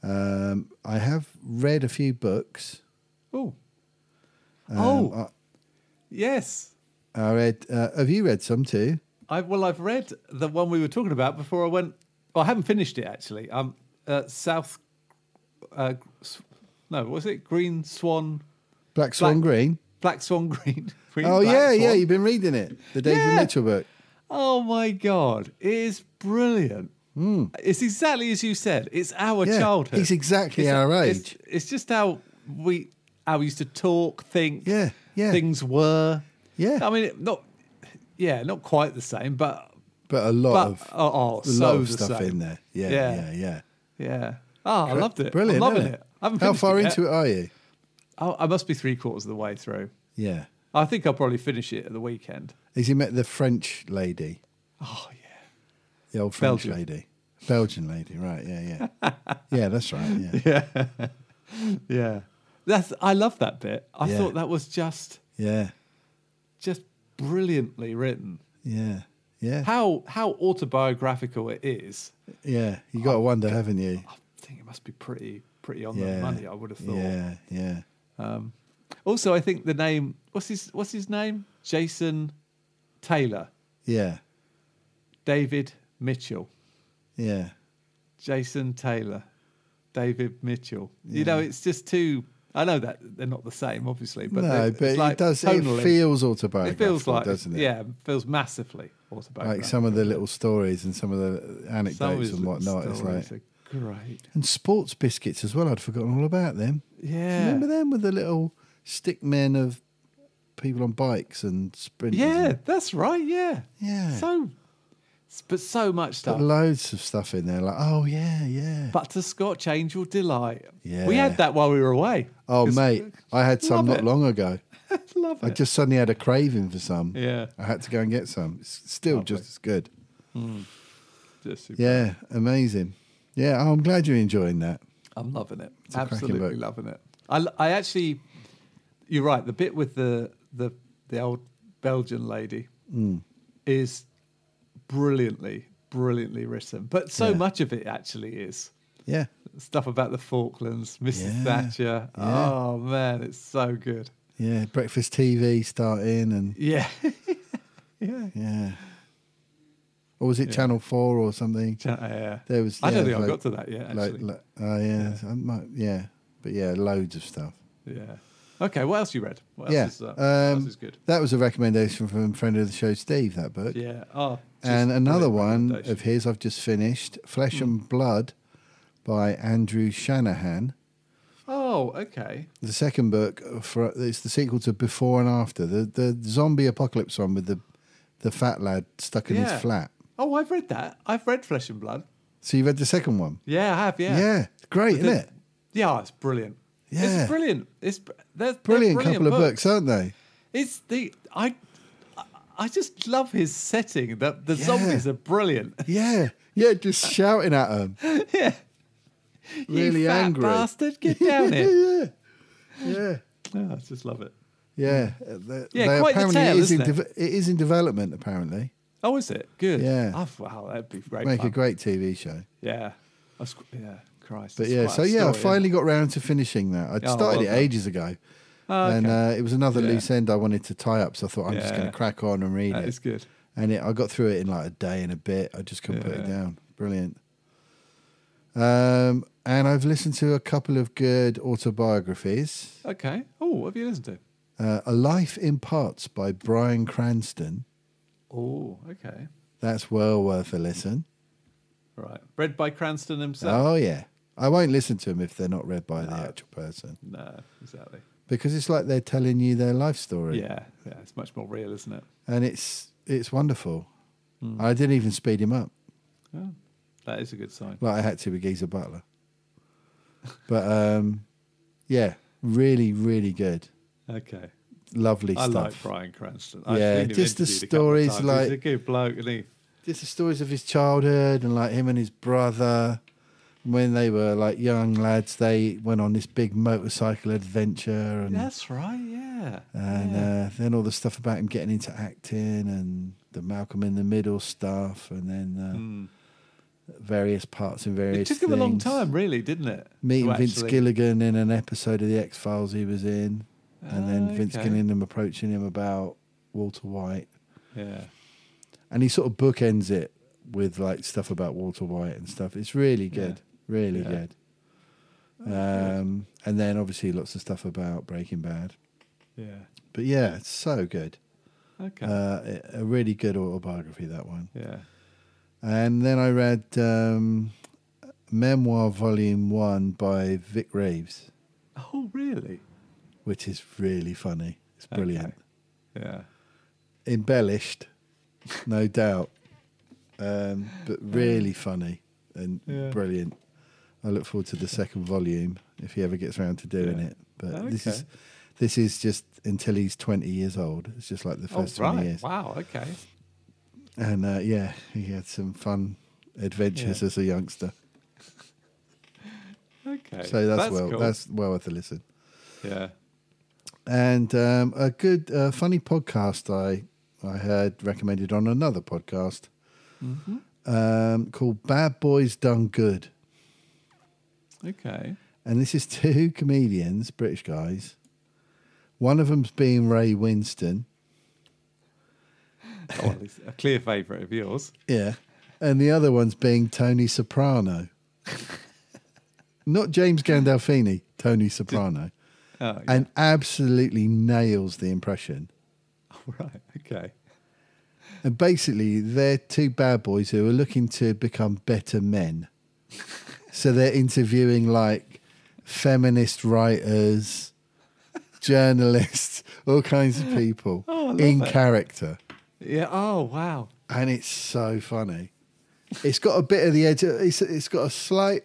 Um, I have read a few books.
Oh.
Um,
oh
I,
yes.
I read. Uh, have you read some too?
I well, I've read the one we were talking about before I went. Well, I haven't finished it actually. Um, uh, South. Uh, s- no, what was it Green Swan,
Black Swan
Black-
Green.
Black Swan [LAUGHS] Green? Green
oh
Black
yeah, yeah.
Swan.
You've been reading it, the David
Yeah.
Mitchell book.
Oh my god, it is brilliant. It's exactly as you said. It's our
Hmm. Yeah,
childhood.
it's exactly
It's-
our
it's-
age.
It's, just how we how we used to talk, think.
Yeah, yeah.
Things were.
Yeah.
I mean, not. Yeah, not quite the same, but
But a lot
But-
of
oh, oh,
a
so
lot of
the
stuff
same.
in there. Yeah,
Yeah.
yeah, yeah.
yeah. Oh, I loved it.
Brilliant.
I'm loving
isn't
it. I haven't
How
finished
far
it
into it are you?
Oh, I must be three quarters of the way through.
Yeah.
I think I'll probably finish it at the weekend.
Has he met the French lady?
Oh yeah.
The old French
Belgian.
lady. Belgian lady, right, yeah,
[LAUGHS]
yeah. yeah, that's right, [LAUGHS] yeah.
Yeah. That's I love that bit. I
Yeah.
thought that was just
Yeah,
just brilliantly written.
yeah, yeah,
How how autobiographical it is.
yeah. You got to wonder, haven't you?
I think it must be pretty pretty on
Yeah.
the money, I would have thought.
Yeah, yeah.
Also, I think the name what's his what's his name? Jason Taylor.
Yeah,
David Mitchell.
yeah,
Jason Taylor, David Mitchell. You know, it's just two. I know that they're not the same, obviously, but
no,
they-
but
it's like
it does.
tonally,
It feels
It
autobiographical,
feels like,
doesn't it?
yeah, it feels massively autobiographical.
like some of the little stories and some of the anecdotes
Some of his
and whatnot. It's
stories
like
are great.
and sports biscuits as well. I'd forgotten all about them. Do you
Yeah,
remember them with the little stick men of people on bikes and sprinters?
yeah,
and-
that's right. Yeah,
yeah.
So, but so much
Got
stuff.
loads of stuff in there. Like, oh yeah, yeah.
Butterscotch Angel Delight. we
Yeah.
had that while we were away. [LAUGHS]
oh
'Cause-
mate, I had some
Love
not
it.
long ago.
love it.
I just suddenly had a craving for some. [LAUGHS]
yeah,
I had to go and get some. It's still
Lovely.
just as good.
just super.
Yeah, amazing. Yeah, oh, I'm glad you're enjoying that.
I'm loving it.
a cracking
Absolutely
book.
loving it. I, l- I actually, you're right. The bit with the the the old Belgian lady
Mm.
is brilliantly, brilliantly written. But so
Yeah.
much of it actually is
Yeah,
stuff about the Falklands, Mrs.
Yeah,
Thatcher.
yeah.
Oh man, it's so good.
yeah. Breakfast TV starting and
Yeah, [LAUGHS] yeah.
yeah. Or was it Channel Four or something?
Ch- yeah.
There was.
I don't
yeah,
think I
like-
got to that yet.
like-
Actually,
like- oh yeah, I might- yeah. But yeah, loads of stuff.
yeah. Okay, what else you read? What else
yeah,
is, uh, what else
um,
is good?
That was a recommendation from a friend of the show, Steve. That book.
Yeah. Oh, just
and another
brilliant
one
recommendation. Hmm.
of his I've just finished, Flesh and Blood, by Andrew Shanahan.
Oh, okay.
The second book for it's the sequel to Before and After, the the zombie apocalypse one with the the fat lad stuck in
Yeah.
his flat.
Oh, I've read that. I've read Flesh and Blood.
So you read the second one?
Yeah, I have. Yeah.
Yeah, it's great,
The-
isn't it?
Yeah, it's brilliant.
Yeah.
It's brilliant. It's br- they're, they're
Brilliant, couple of
books.
books, aren't they?
It's the I I- I just love his setting. The the
Yeah.
zombies are brilliant. [LAUGHS]
Yeah, yeah, just shouting at them,
yeah.
really
you fat
angry.
bastard,
[LAUGHS]
get down here.
yeah, yeah,
Oh, I just love it.
yeah. Uh, they-
Yeah,
they
quite the
apparently it
tale,
is in
isn't it?
deve- it is in development. Apparently,
Oh, is it? Good.
Yeah.
Oh, wow, that'd be great.
make
fun.
a great TV show.
Yeah. I sc- yeah. Christ.
But
it's
yeah,
quite
so
a
yeah, I
story,
finally got round to finishing that. I would
Oh,
started
well
it
done.
ages ago,
Oh, okay.
and uh, it was another
Yeah.
loose end I wanted to tie up. So I thought I'm just going
Yeah.
to crack on and read
That
it.
is good.
and it, I got through it in like a day and a bit. I just couldn't put it
Yeah.
down. Brilliant. Um, and I've listened to a couple of good autobiographies.
Okay. Oh, what have you listened to?
Uh, a Life in Parts by Brian Cranston.
Oh, okay.
That's well worth a listen.
Right. Read by Cranston himself.
Oh yeah, I won't listen to them if they're not read by the actual person
No, exactly.
because it's like they're telling you their life story.
Yeah, yeah. It's much more real, isn't it?
and it's it's wonderful.
Hmm.
I didn't even speed him up
That is a good sign.
like I had to with Geezer Butler. But um, yeah, really, really good,
Okay.
lovely
I like
stuff.
Brian Cranston.
Yeah,
seen him
just the
interviewed a couple of
stories,
times.
like-
He's a good bloke, isn't he?
Just the stories of his childhood and like him and his brother. When they were like young lads, they went on this big motorcycle adventure, and
That's right, yeah.
and
yeah.
um, uh, then all the stuff about him getting into acting and the Malcolm in the Middle stuff, and then uh, various parts and various.
Mm. Hmm. it took him a long
things.
time, really, didn't it?
meeting
to
Vince
actually-
Gilligan in an episode of the X Files he was in, and then Vince
Ah, Okay.
Gilligan approaching him about Walter White,
Yeah.
and he sort of bookends it with like stuff about Walter White and stuff. It's really good, really
Yeah. Ah,
good. Um, and then obviously lots of stuff about Breaking Bad,
Yeah.
but yeah, it's so good.
Okay.
Uh, a- a really good autobiography that one.
yeah.
And then I read um, Memoir Volume One by Vic Reeves.
Oh, really?
which is really funny. It's brilliant.
Yeah.
Embellished, no doubt, um, but really funny and
Yeah.
brilliant. I look forward to the second volume if he ever gets around to doing
Yeah.
it. But this
Okay.
is this is just until he's twenty years old. It's just like the
Oh,
first twenty
right.
years.
Wow. Okay.
And uh, yeah, he had some fun adventures
Yeah.
as a youngster.
Okay.
So that's, well
cool.
that's well worth a listen.
yeah.
and um, a good uh, funny podcast I I heard recommended on another podcast um, called Bad Boys Done Good,
Okay.
and this is [LAUGHS] two comedians, British guys. One of them's being Ray Winston,
Oh, well, it's a clear favourite of yours.
yeah, and the other one's being Tony Soprano. Not James Gandolfini, Tony Soprano,
Oh, [LAUGHS] yeah.
and absolutely nails the impression.
right. Okay.
And basically, they're two bad boys who are looking to become better men. so they're interviewing like feminist writers, journalists, all kinds of people
Oh, I love
in
it.
character.
Yeah. Oh, wow.
And it's so funny. It's got a bit of the edge, of, it's, it's got a slight.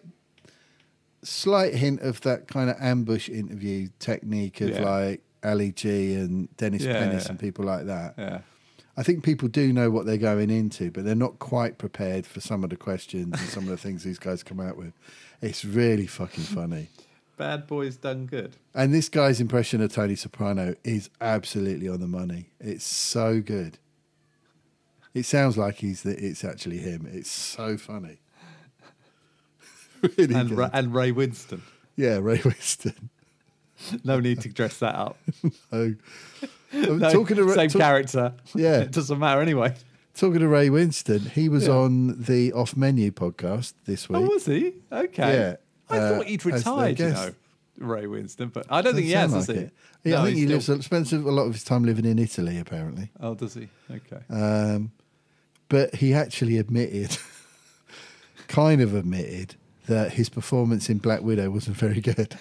Slight hint of that kind of ambush interview technique of
Yeah.
like Ali G and Dennis
Yeah,
Pennis
yeah.
and people like that.
Yeah.
I think people do know what they're going into, but they're not quite prepared for some of the questions and some of the things these guys come out with. It's really fucking funny.
Bad boys done good.
And this guy's impression of Tony Soprano is absolutely on the money. It's so good. It sounds like he's the, it's actually him. It's so funny. [LAUGHS] really
And
good.
Ra- and Ray Winston.
yeah, Ray Winston. [LAUGHS]
No need to dress that up.
Oh, I'm
[LAUGHS] No,
[LAUGHS] talking to Ra-
same
talk-
character.
Yeah.
it [LAUGHS] doesn't matter anyway.
talking to Ray Winston. He was
Yeah.
on the Off Menu podcast this week.
Oh, was he? Okay.
Yeah,
I
uh,
thought he'd
as their
retired, you know,
guest.
Ray Winston, but I don't think he has,
Doesn't
does
sound
he?
like it. Yeah,
No,
I think
he's
he
still-
lives spends a lot of his time living in Italy, apparently.
Oh, does he? Okay.
Um, but he actually admitted, [LAUGHS] kind of admitted, that his performance in Black Widow wasn't very good.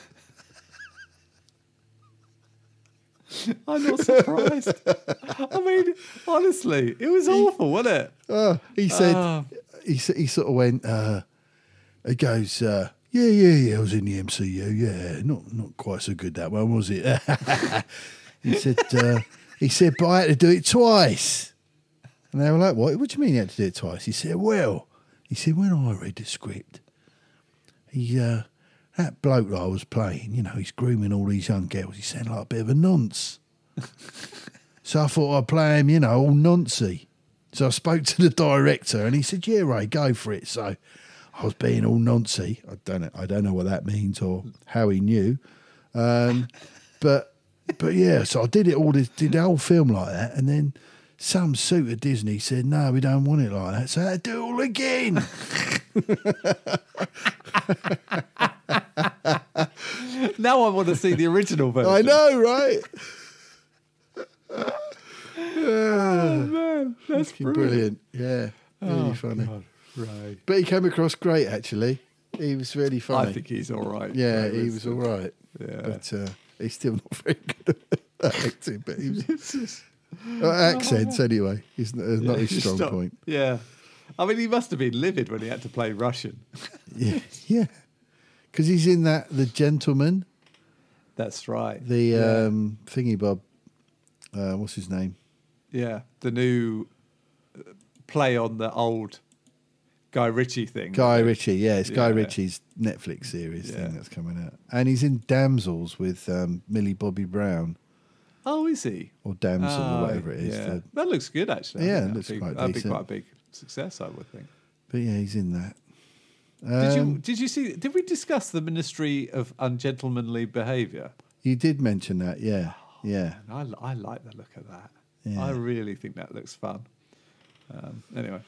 I'm not surprised.
[LAUGHS]
I mean, honestly, it was awful, wasn't it?
Oh, he said,
Ah.
he s- he sort of went, uh, he goes, uh, yeah, yeah, yeah, I was in the MCU, yeah, not not quite so good that one, was it? [LAUGHS] he said, uh, he said, but I had to do it twice, and they were like, what? What do you mean you had to do it twice? He said, well, he said when I read the script, he uh, that bloke that I was playing, you know, he's grooming all these young girls. He sounded like a bit of a nonce. So I thought I'd play him, you know, all nancy. So I spoke to the director and he said, Yeah, Ray, go for it. So I was being all nancy. I don't know I don't know what that means or how he knew. [LAUGHS] Um, but but yeah, so I did it all this did the whole film like that and then some suit at Disney said, no, we don't want it like that. So they had to do it all again.
Now I want to see the original version.
[LAUGHS] [LAUGHS] I know, right?
That's
Fucking brilliant. Oh, Yeah. Really funny.
Right.
But he came across great, actually. He was really funny.
I think he's all right.
yeah,
Ray
he was all
Winston.
right.
Yeah.
But uh, he's still not [LAUGHS] very good at acting. But
[LAUGHS]
he was. Uh, accents, anyway, is not, is not his
Just
strong
stop. [LAUGHS]
point.
Yeah. I mean, he must have been livid when he had to play Russian. [LAUGHS]
Yeah. Yeah. Because he's in that, The Gentleman,
That's right.
the
yeah.
um, thingy bob. Uh, what's his name?
yeah the new uh, play on the old Guy Ritchie thing.
Guy Ritchie, yeah, it's Guy
Yeah.
Ritchie's Netflix series
Yeah.
thing that's coming out, and he's in Damsels with um, Millie Bobby Brown
Oh, is he?
or Damsel
Oh,
or whatever it is.
Yeah.
The-
that looks good, actually. I
Yeah,
think
it
that'd
looks
be,
quite
that'd be
decent.
quite a big success, I would think.
but yeah, he's in that.
Did you
Um,
did you see? Did we discuss the Ministry of Ungentlemanly Behaviour?
you did mention that, yeah, yeah.
And I, li- I like the look of that.
Yeah.
I really think that looks fun. Um, anyway,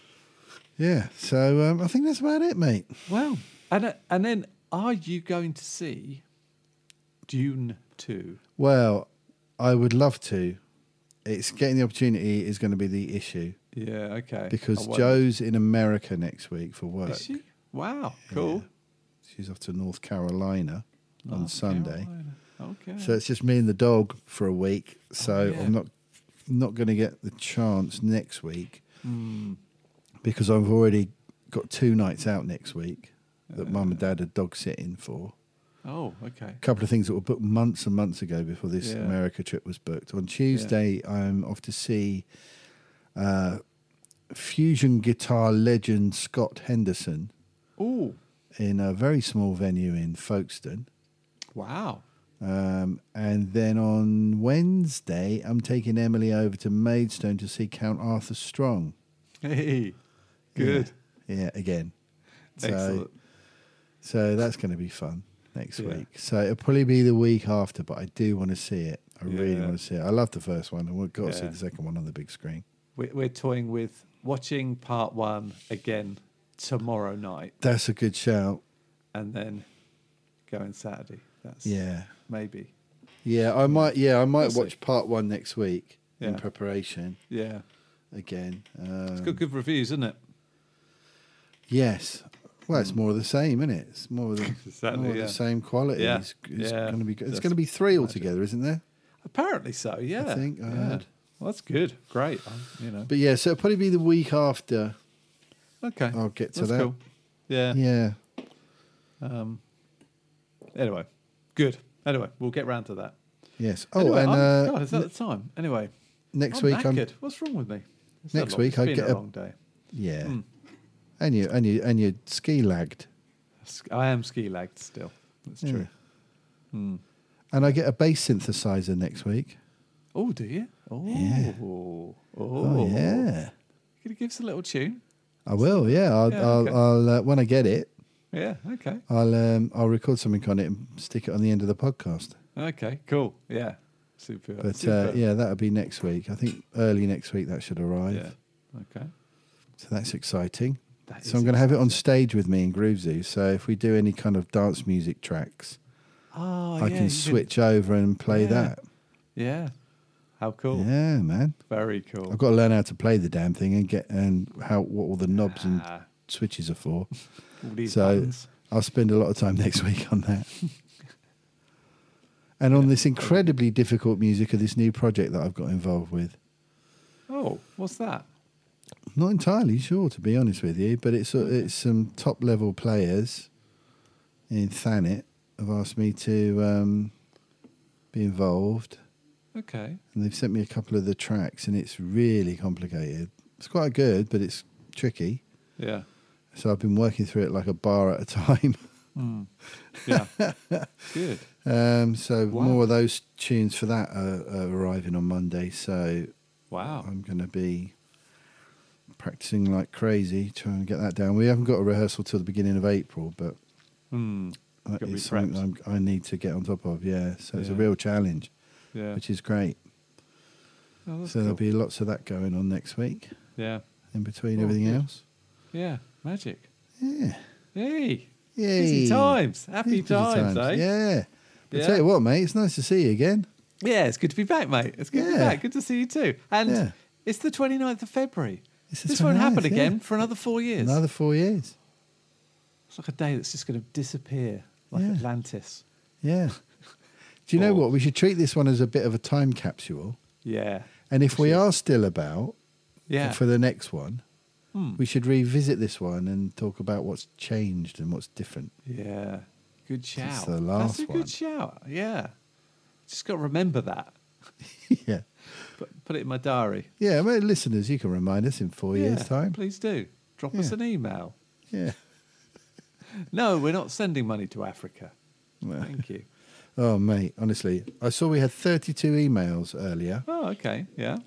Yeah, so um, I think that's about it, mate.
well, and uh, and then are you going to see Dune Two?
Well, I would love to. It's getting the opportunity is going to be the issue
Yeah, okay. I
because
wondered.
Joe's in America next week for work.
Is she? Wow, cool. Oh,
She's off to North Carolina on Sunday.
Carolina. Okay.
So it's just me and the dog for a week. So
yeah.
I'm not not going to get the chance next week
Hmm.
because I've already got two nights out next week that mum and dad are dog sitting for.
oh, okay.
A couple of things that were booked months and months ago before this
Yeah.
America trip was booked. On Tuesday, I'm off to see uh, fusion guitar legend Scott Henderson
Oh,
in a very small venue in Folkestone.
wow.
Um, and then on Wednesday, I'm taking Emily over to Maidstone to see Count Arthur Strong.
Hey, good.
Yeah, again. So,
Excellent.
so that's going to be fun next
Yeah.
week. So it'll probably be the week after, but I do want to see it. I really
Yeah.
want to see it. I love the first one, and we've got to see
Yeah.
the second one on the big screen.
We're, we're toying with watching part one again tomorrow night
That's a good shout.
and then going Saturday. That's
Yeah,
maybe.
yeah. I might. Yeah, I might
We'll see.
watch part one next week in
Yeah.
preparation
Yeah.
again.
It's
Um,
got good reviews, isn't it?
Yes. Well, it's more of the same, isn't it? It's more of the,
Hmm. [LAUGHS] Exactly,
more of
yeah.
the same quality.
Yeah,
It's, it's
yeah.
going to be it's
That's
going to be three altogether, isn't there?
Apparently so, yeah.
think I
yeah.
heard.
Well, that's good. Great. i you know.
But yeah, so it'll probably be the week after.
Okay.
I'll get to
that's
that.
Cool. Yeah.
Yeah.
Anyway, good. Anyway, we'll get round to that.
Yes. Oh,
Anyway,
and
I'm-
uh,
God, is that
ne-
the time? Anyway,
next
I'm
week I'm
knackered. What's wrong with me? It's
Next
a long-
week
it's
I
been
get
a
a-
long day.
yeah.
Hmm.
And you and you and you ski lagged,
Sk- I am ski lagged still. That's true. Hmm.
and I get a bass synthesizer next week.
Oh, do you? Oh,
Yeah.
oh,
Oh yeah,
Could you give us a little tune?
I will. Yeah, I'll
Yeah,
I'll,
okay.
I'll uh, when I get it,
Yeah. Okay.
I'll um, I'll record something on it and stick it on the end of the podcast.
Okay. Cool. Yeah. Super.
But uh,
super.
yeah, that'll be next week. I think early next week that should arrive.
Yeah. Okay.
So that's exciting.
That
so
is
I'm going to have it on stage with me in Groove Zoo. So if we do any kind of dance music tracks,
Oh,
I
yeah, you
can switch over and play
Yeah.
that.
Yeah. How cool.
Yeah, man.
Very cool.
I've got to learn how to play the damn thing and get and how what all the knobs and
Ah.
switches are for.
All these
so
buttons.
I'll spend a lot of time [LAUGHS] next week on that. and on this incredibly difficult music of this new project that I've got involved with.
Oh, what's that?
Not entirely sure, to be honest with you, but it's
Hmm.
it's some top level players in Thanet have asked me to um, be involved,
Okay.
and they've sent me a couple of the tracks, and it's really complicated. It's quite good, but it's tricky.
Yeah.
So I've been working through it like a bar at a time. [LAUGHS]
Yeah. good.
Um, so
Wow.
more of those tunes for that are, are arriving on Monday. So
Wow.
I'm going to be practicing like crazy, trying to get that down. We haven't got a rehearsal till the beginning of April, but Um,
Mm.
that
Gotta be
is something I'm, I need to get on top of. Yeah, so it's a
Yeah.
real challenge,
Yeah.
which is great.
Oh, that's
so there'll
cool.
be lots of that going on next week
Yeah.
in between
Oh,
everything
good.
else.
Yeah. Magic.
Yeah.
Hey.
Yay.
Busy times. Happy
Busy
times, eh?
Yeah. But
Yeah.
tell you what, mate, it's nice to see you again.
Yeah, it's good to be back, mate. It's good to be
Yeah.
back. Good to see you too. And
Yeah.
it's the 29th of February.
It's the
This won't happen
29th, yeah.
again for another four years.
Another four years.
It's like a day that's just going to disappear, like
Yeah.
Atlantis.
Yeah. Do you know
Or-
what? We should treat this one as a bit of a time capsule.
Yeah.
And if we are still about
Yeah.
for the next one,
Hmm.
we should revisit this one and talk about what's changed and what's different. [LAUGHS]
Yeah. Good shout.
the
That's
last
a
one.
good shout. Yeah. Just got to remember that.
yeah.
Put, put it in my diary.
Yeah. Well, listeners, you can remind us in four years' time.
Please do. Drop us
Yeah.
an email.
Yeah.
No, we're not sending money to Africa.
Well,
Thank you.
oh, mate, honestly, I saw we had 32 emails earlier.
Oh, okay. Yeah.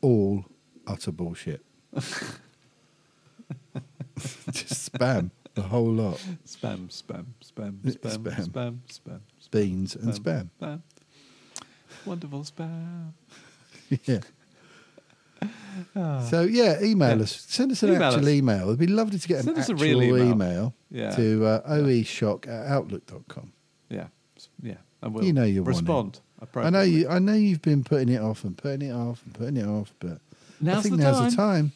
All utter bullshit.
[LAUGHS]
[LAUGHS] Just spam, the whole lot.
Spam, spam,
[LAUGHS]
spam,
Yeah,
spam,
spam.
spam, spam, spam,
Beans and spam.
spam. Wonderful spam.
[LAUGHS] yeah. So yeah, email us. Send us an
Ah. Email
actual
us.
email. It'd be lovely to get
Send
an
us a
actual
real
email,
email. Yeah.
to uh, oeshock at outlook.com.
Yeah. S- Yeah. And we'll
You know you want it.
respond.
I know you. I know you've been putting it off and putting it off and putting it off, but I
Now's
think
the
now's
time.
the time.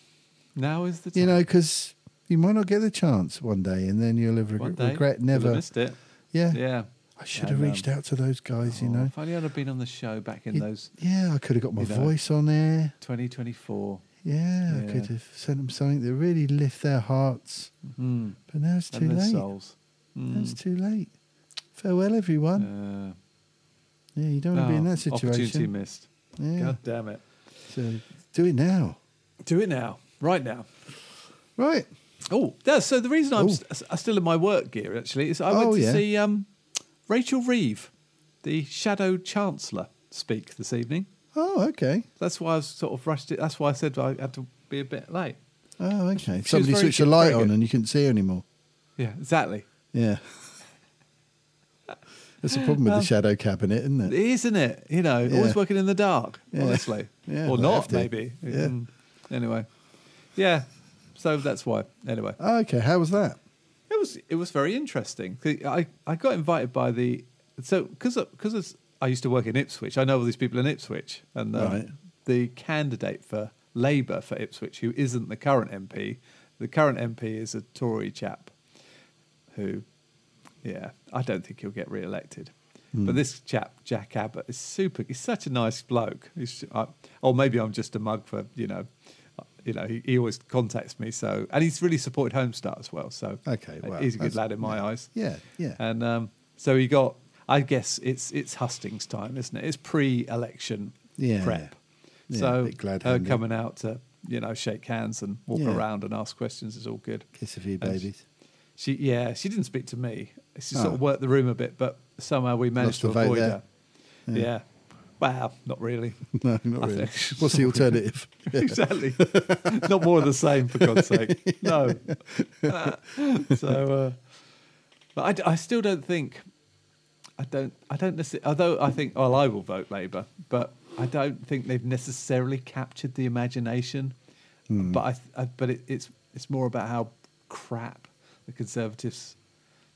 Now is the time.
You know, because you might not get the chance one day, and then you'll have
One
reg-
day,
regret
you'll have
never.
missed it.
Yeah.
Yeah. um,
I should
I
have
know.
reached out to those guys. you
Oh,
know.
If only I'd have been on the show back in
You-
those
Yeah, I could have got my
Oh. you know.
voice on there.
2024.
Yeah, I
Yeah.
could have sent them something that really lift their hearts.
Mm.
But now it's too
And their
late.
souls.
That's
Mm.
too late. Farewell, everyone.
Uh,
Yeah, you don't want to be in
no,
that
Ah, Oh, Opportunity
situation.
missed.
Yeah.
God damn it.
So do it now.
Do it now. Right now.
Right.
Oh, yeah, so the reason I'm
Oh.
st- s- still in my work gear actually is I
Oh,
went to
yeah.
see um, Rachel Reeve, the Shadow Chancellor, speak this evening.
Oh, okay.
That's why I was sort of rushed it. That's why I said I had to be a bit late.
Oh, okay.
was
Somebody
very
switched the
good-
light
very
on
good.
and you couldn't see her anymore.
Yeah, exactly. [LAUGHS]
Yeah. That's the problem with
Um,
the shadow cabinet, isn't it?
Isn't it? You know,
Yeah.
always working in the dark,
Yeah.
honestly.
Yeah,
or
they have
not,
to.
maybe.
Yeah.
Mm. Anyway. Yeah. So that's why. Anyway.
Oh, okay. How was that?
It was it was very interesting. 'Cause I, I got invited by the so because because I used to work in Ipswich. I know all these people in Ipswich, and um,
Right.
the candidate for Labour for Ipswich, who isn't the current MP, the current MP is a Tory chap, who, yeah, I don't think he'll get re-elected.
Hmm.
But this chap Jack Abbott is super. He's such a nice bloke. He's, I, or maybe I'm just a mug for you know. uh, You know, he, he always contacts me. So, and he's really supported Homestar as well. So, uh,
Okay, well,
he's a good
that's-
lad in my eyes.
Yeah, yeah.
And um, so he got, I guess it's it's Hustings time, isn't it? It's pre-election
Yeah.
prep.
Yeah, a
so
bit glad
her
handed.
coming out to you know shake hands and walk
Yeah.
around and ask questions is all good.
Kiss a few
And
babies. [LAUGHS]
She yeah, she didn't speak to me. She
Oh.
sort of worked the room a bit, but somehow we managed
Lost the
to
vote
avoid
there.
her. Yeah. Well, not really.
No, not
I
really.
think-
What's the alternative?
[LAUGHS]
Yeah.
exactly. Not more of the same, for God's
[LAUGHS]
sake. No. [LAUGHS] so, uh, but I d- I, still don't think. I don't. I don't necessarily. Although I think, well, I will vote Labour, but I don't think they've necessarily captured the imagination.
Hmm.
But I, th- I. But it, it's it's more about how crap the Conservatives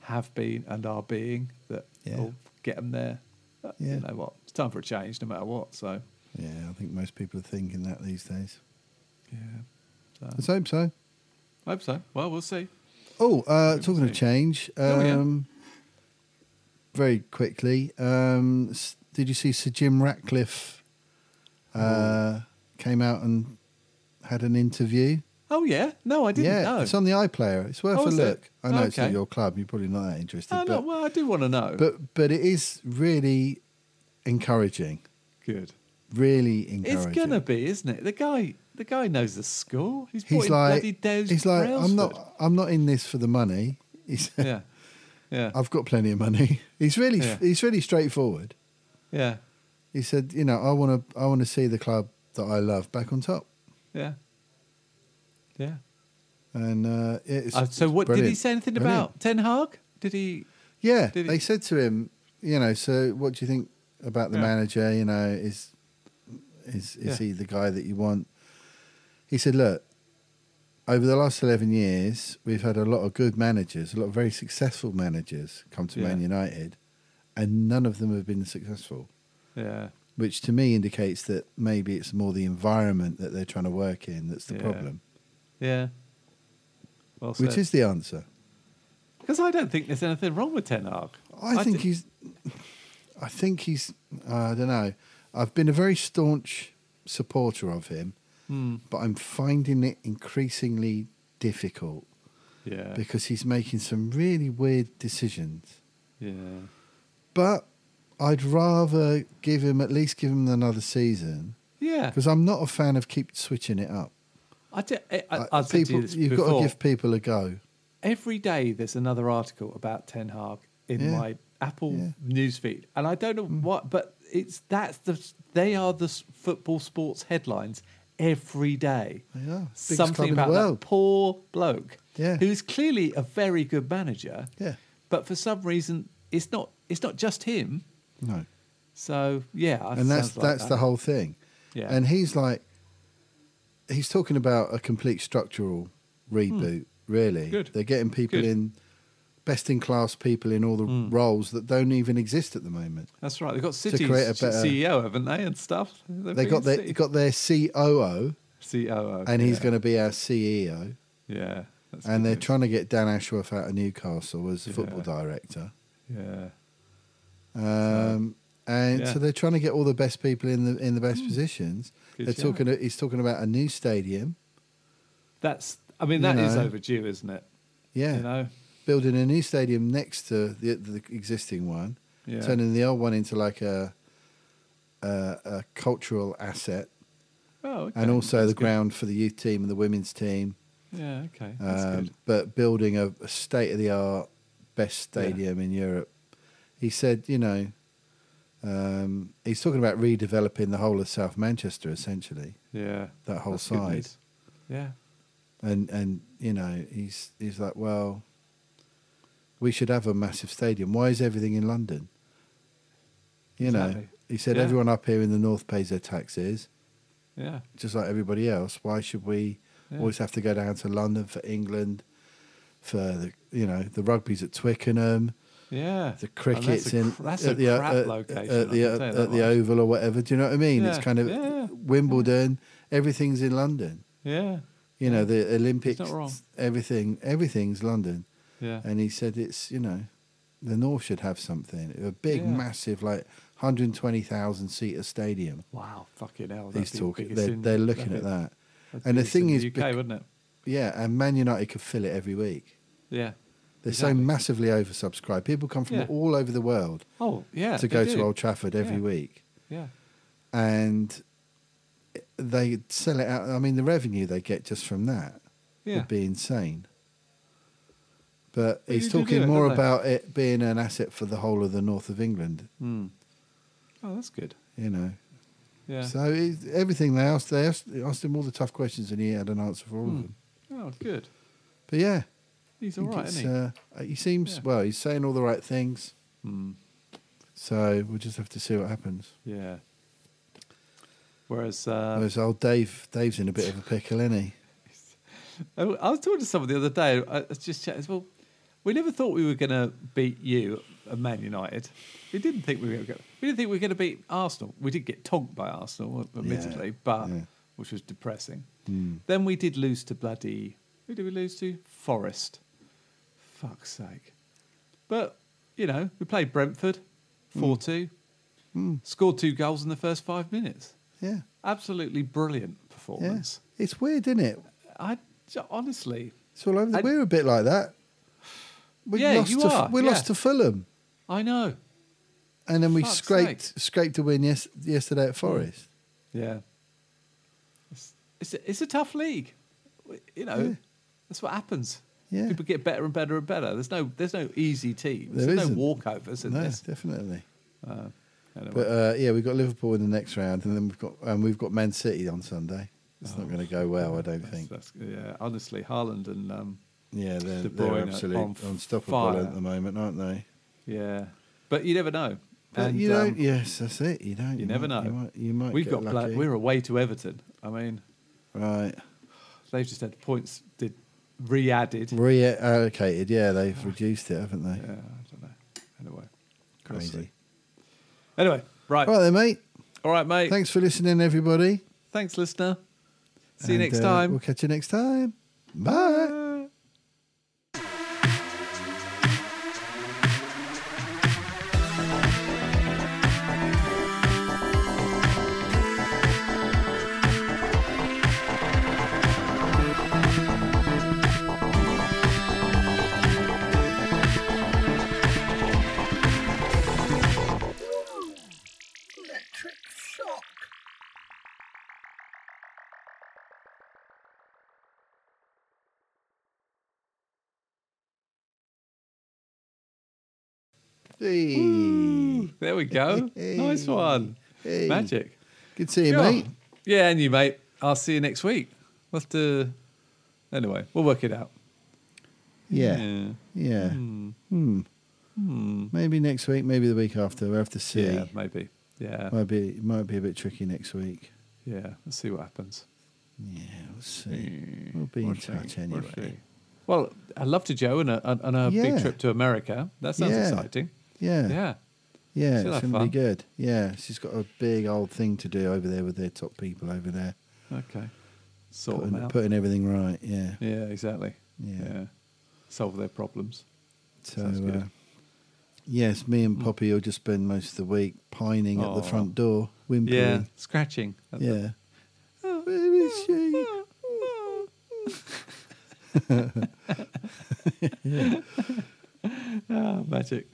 have been and are being that
Yeah.
will get them there. But
Yeah.
You know what? It's time for a change, no matter what. So.
yeah, I think most people are thinking that these days.
Yeah. So,
Let's hope so.
I hope so. Well, we'll see.
Oh, uh, talking of
see.
change, um,
Oh, yeah.
very quickly, um, s- did you see Sir Jim Ratcliffe uh, came out and had an interview?
Oh yeah, no, I didn't
yeah,
know.
it's on the iPlayer. It's worth
Oh,
a
is it?
look. I know it's not
Okay.
your club. You're probably not that interested,
oh
but,
no, well, I do want to know.
but but it is really encouraging.
good,
Really
it's
encouraging.
gonna be, isn't it? The guy, the guy knows the score. He's, brought
He's
in
like,
bloody Des
he's like, I'm [LAUGHS]
Brailsford."
not, I'm not in this for the money. He's,
Yeah, yeah,
[LAUGHS] I've got plenty of money. [LAUGHS] He's really,
Yeah.
he's really straightforward.
yeah,
he said, you know, I want to, I want to see the club that I love back on top.
yeah, yeah.
And uh, yeah, it's,
Uh, so,
it's
what did he
brilliant.
say anything
Brilliant.
about Ten Hag? Did he?
Yeah,
Did he-
they said to him, you know, so what do you think about the
Yeah.
manager? You know, is Is is
Yeah.
he the guy that you want? He said, look, over the last eleven years, we've had a lot of good managers, a lot of very successful managers come to Man
Yeah.
United, and none of them have been successful.
Yeah.
Which to me indicates that maybe it's more the environment that they're trying to work in that's the
Yeah.
problem,
Yeah. Well
which is the answer.
because I don't think there's anything wrong with Ten Hag.
I, think
thi-
he's. I think he's. I don't know. I've been a very staunch supporter of him,
Hmm.
but I'm finding it increasingly difficult
yeah,
because he's making some really weird decisions.
yeah,
But I'd rather give him at least give him another season
yeah.
because I'm not a fan of keep switching it up.
I, d- I, I,
Like,
I said to
people,
you this
you've
before.
got to give people a go.
Every day there's another article about Ten Hag in
Yeah.
my Apple
Yeah. Mm.
newsfeed, and I don't know what, but it's that's the they are the s- football sports headlines every day.
They are. Biggest club
Something
in the
about
world.
that poor bloke,
Yeah.
who's clearly a very good manager,
Yeah.
but for some reason it's not it's not just him.
No.
So yeah,
and that's
sounds like
that's
that.
the whole thing.
Yeah.
And he's like, he's talking about a complete structural reboot. Really,
Hmm. Good.
they're getting people
Good. Hmm.
in, best in class people in all the roles that don't even exist at the moment.
That's right. They've got City's
create a better-
CEO, haven't they, and stuff. They've
They got
been
their
City-
got their COO,
COO,
and he's
yeah.
going to be our CEO.
yeah. That's
And they're
good.
trying to get Dan Ashworth out of Newcastle as football
Yeah.
director.
Yeah,
Um, and
yeah.
so they're trying to get all the best people in the in the best positions.
Good
they're
shout.
talking. He's talking about a new stadium.
that's. I mean,
You
that is
know.
overdue, isn't it?
Yeah,
You know.
building a new stadium next to the, the existing one,
Yeah.
turning the old one into like a a, a cultural asset,
Oh, okay.
and also
That's
the
good.
ground for the youth team and the women's team.
Yeah. Okay. That's
Um,
good.
but building a, a state of the art, best
Yeah.
stadium in Europe. He said, you know, um, he's talking about redeveloping the whole of South Manchester essentially,
Yeah.
that whole
That's good
side.
news. Yeah.
and and you know he's he's like well we should have a massive stadium why is everything in london you know
Exactly.
he said
Yeah.
everyone up here in the north pays their taxes
Yeah.
just like everybody else why should we
Yeah.
always have to go down to london for england for the you know the rugby's at twickenham
Yeah.
the
And Oh, that's
cricket's
a
in
cr- That's
at
a
the, uh,
crap
at-
location.
at the,
I can tell you
at
that
the
much.
oval or whatever do you know what i mean it's
Yeah,
kind of
yeah, yeah.
wimbledon everything's in london
Yeah.
you know the olympics
not wrong.
everything everything's london
Yeah.
and he said it's you know the north should have something a big
Yeah.
massive like 120,000 seater stadium
wow. Fucking hell. that'd
he's
be the
talking
biggest
they're,
in-
they're looking
that'd
at
be-
that
that'd be
and the
biggest in
thing is
UK,
bec-
wouldn't it?
yeah and man united could fill it every week
Yeah.
they're so
Exactly.
massively oversubscribed people come from
Yeah.
all over the world
Oh, yeah.
to
they
go
do.
to old trafford every
Yeah.
week
Yeah.
and they sell it out i mean the revenue they get just from that
Yeah.
would be insane. But
They
he's
do do
talking
it,
more
don't they?
about it being an asset for the whole of the north of England,
Hmm. Oh, that's good.
you know.
Yeah.
So it, everything they asked, they asked, they asked him all the tough questions, and he had an answer for all
Hmm.
of them.
Oh, good.
But yeah,
He's
I
all
think
right,
it's,
isn't he?
uh, he seems
Yeah.
well. He's saying all the right things.
Mm,
So we'll just have to see what happens.
yeah. Whereas, uh,
Whereas old Dave, Dave's in a bit of a pickle, isn't he?
I I was talking to someone the other day. I I was just chatting. Well, we never thought we were going to beat you at Man United. We didn't think we were. Gonna, we didn't think we were going to beat Arsenal. We did get tonked by Arsenal, admittedly, but
yeah. Hmm.
which was depressing. Then we did lose to bloody. Who did we lose to? Forest. Fuck's sake. But you know, we played Brentford,
Hmm.
four two. Scored two goals in the first five minutes.
Yeah,
Absolutely brilliant
yeah.
performance.
It's weird, isn't it?
I honestly,
It's all over. The,
And-
we're a bit like that. We
Yeah,
lost
you
to,
are,
We
yeah.
lost to Fulham.
I know.
And then we
Fuck's
scraped scraped a win yes, yesterday at Forest.
Yeah. It's it's a, it's a tough league. W- You know,
Yeah.
that's what happens.
Yeah.
People get better and better and better. There's no there's no easy teams.
There
there's
isn't.
no walkovers in
No,
this.
definitely.
Anyway.
But uh, yeah, we've got Liverpool in the next round, and then we've got and we've got Man City on Sunday. It's not going to go well, I don't
Oh, That's-
think.
that's- yeah, honestly, Haaland and um,
Yeah, they're,
De
they're
Bruyne
absolute
on
unstoppable
fire.
at the moment, aren't they?
yeah, but you never know.
But
And,
you don't.
um,
yes, that's it. You don't. You,
never
might-
know.
You might. You might
We've
get
got
lucky.
Bla- we're away to Everton. I mean,
right.
they've just had points did re-added.
Reallocated. Yeah, they've reduced it, haven't they?
Yeah, I don't know. Anyway, we'll see.
Crazy.
Anyway, right.
Right then, mate.
All right, mate. Thanks,
Thanks for listening, everybody.
listener. See you
And,
next
uh,
time.
We'll catch you next time. Bye.
Electric shock.
Hey.
There
[LAUGHS]
we go. Nice one.
Hey.
Magic.
Good to see you,
Yeah.
mate.
Yeah, and you, mate. I'll see you next week. We'll have to. Anyway, we'll work it out.
Yeah. Yeah. Hmm. Maybe next week. Maybe the week after. We'll have to see.
Hmm. Yeah, maybe. Yeah.
Might be. Might be a bit tricky next week.
Yeah. Let's see what happens.
Yeah, we'll see. We'll be in touch anyway.
Well, I love to Joe and a, and- and a
Yeah.
big trip to America. That sounds
Yeah.
exciting.
Yeah.
Yeah.
Yeah,
She'll
it's going
have
to be
fun.
good. Yeah, she's got a big old thing to do over there with their top people over there,
Okay. Sort them
putting,
out.
putting everything right. Yeah.
yeah, exactly.
Yeah.
Solve their problems.
So,
sounds good.
uh, yes, me and Poppy will just spend most of the week pining at the
Aw.
front door, whimpering.
Yeah.
Yeah.
Scratching. at the- Oh,
yeah. Where is she?
Ah, magic.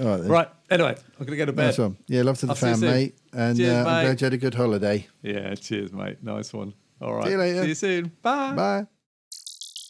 All right. Then.
Right. Anyway, I'm going to go to bed.
Nice one. Yeah, love to the
I'll see you
fan,
soon.
mate. And
Cheers,
uh, I'm
mate.
glad you had a good holiday.
Yeah, cheers, mate. Nice one. All right.
See you later.
See you soon. Bye.
Bye.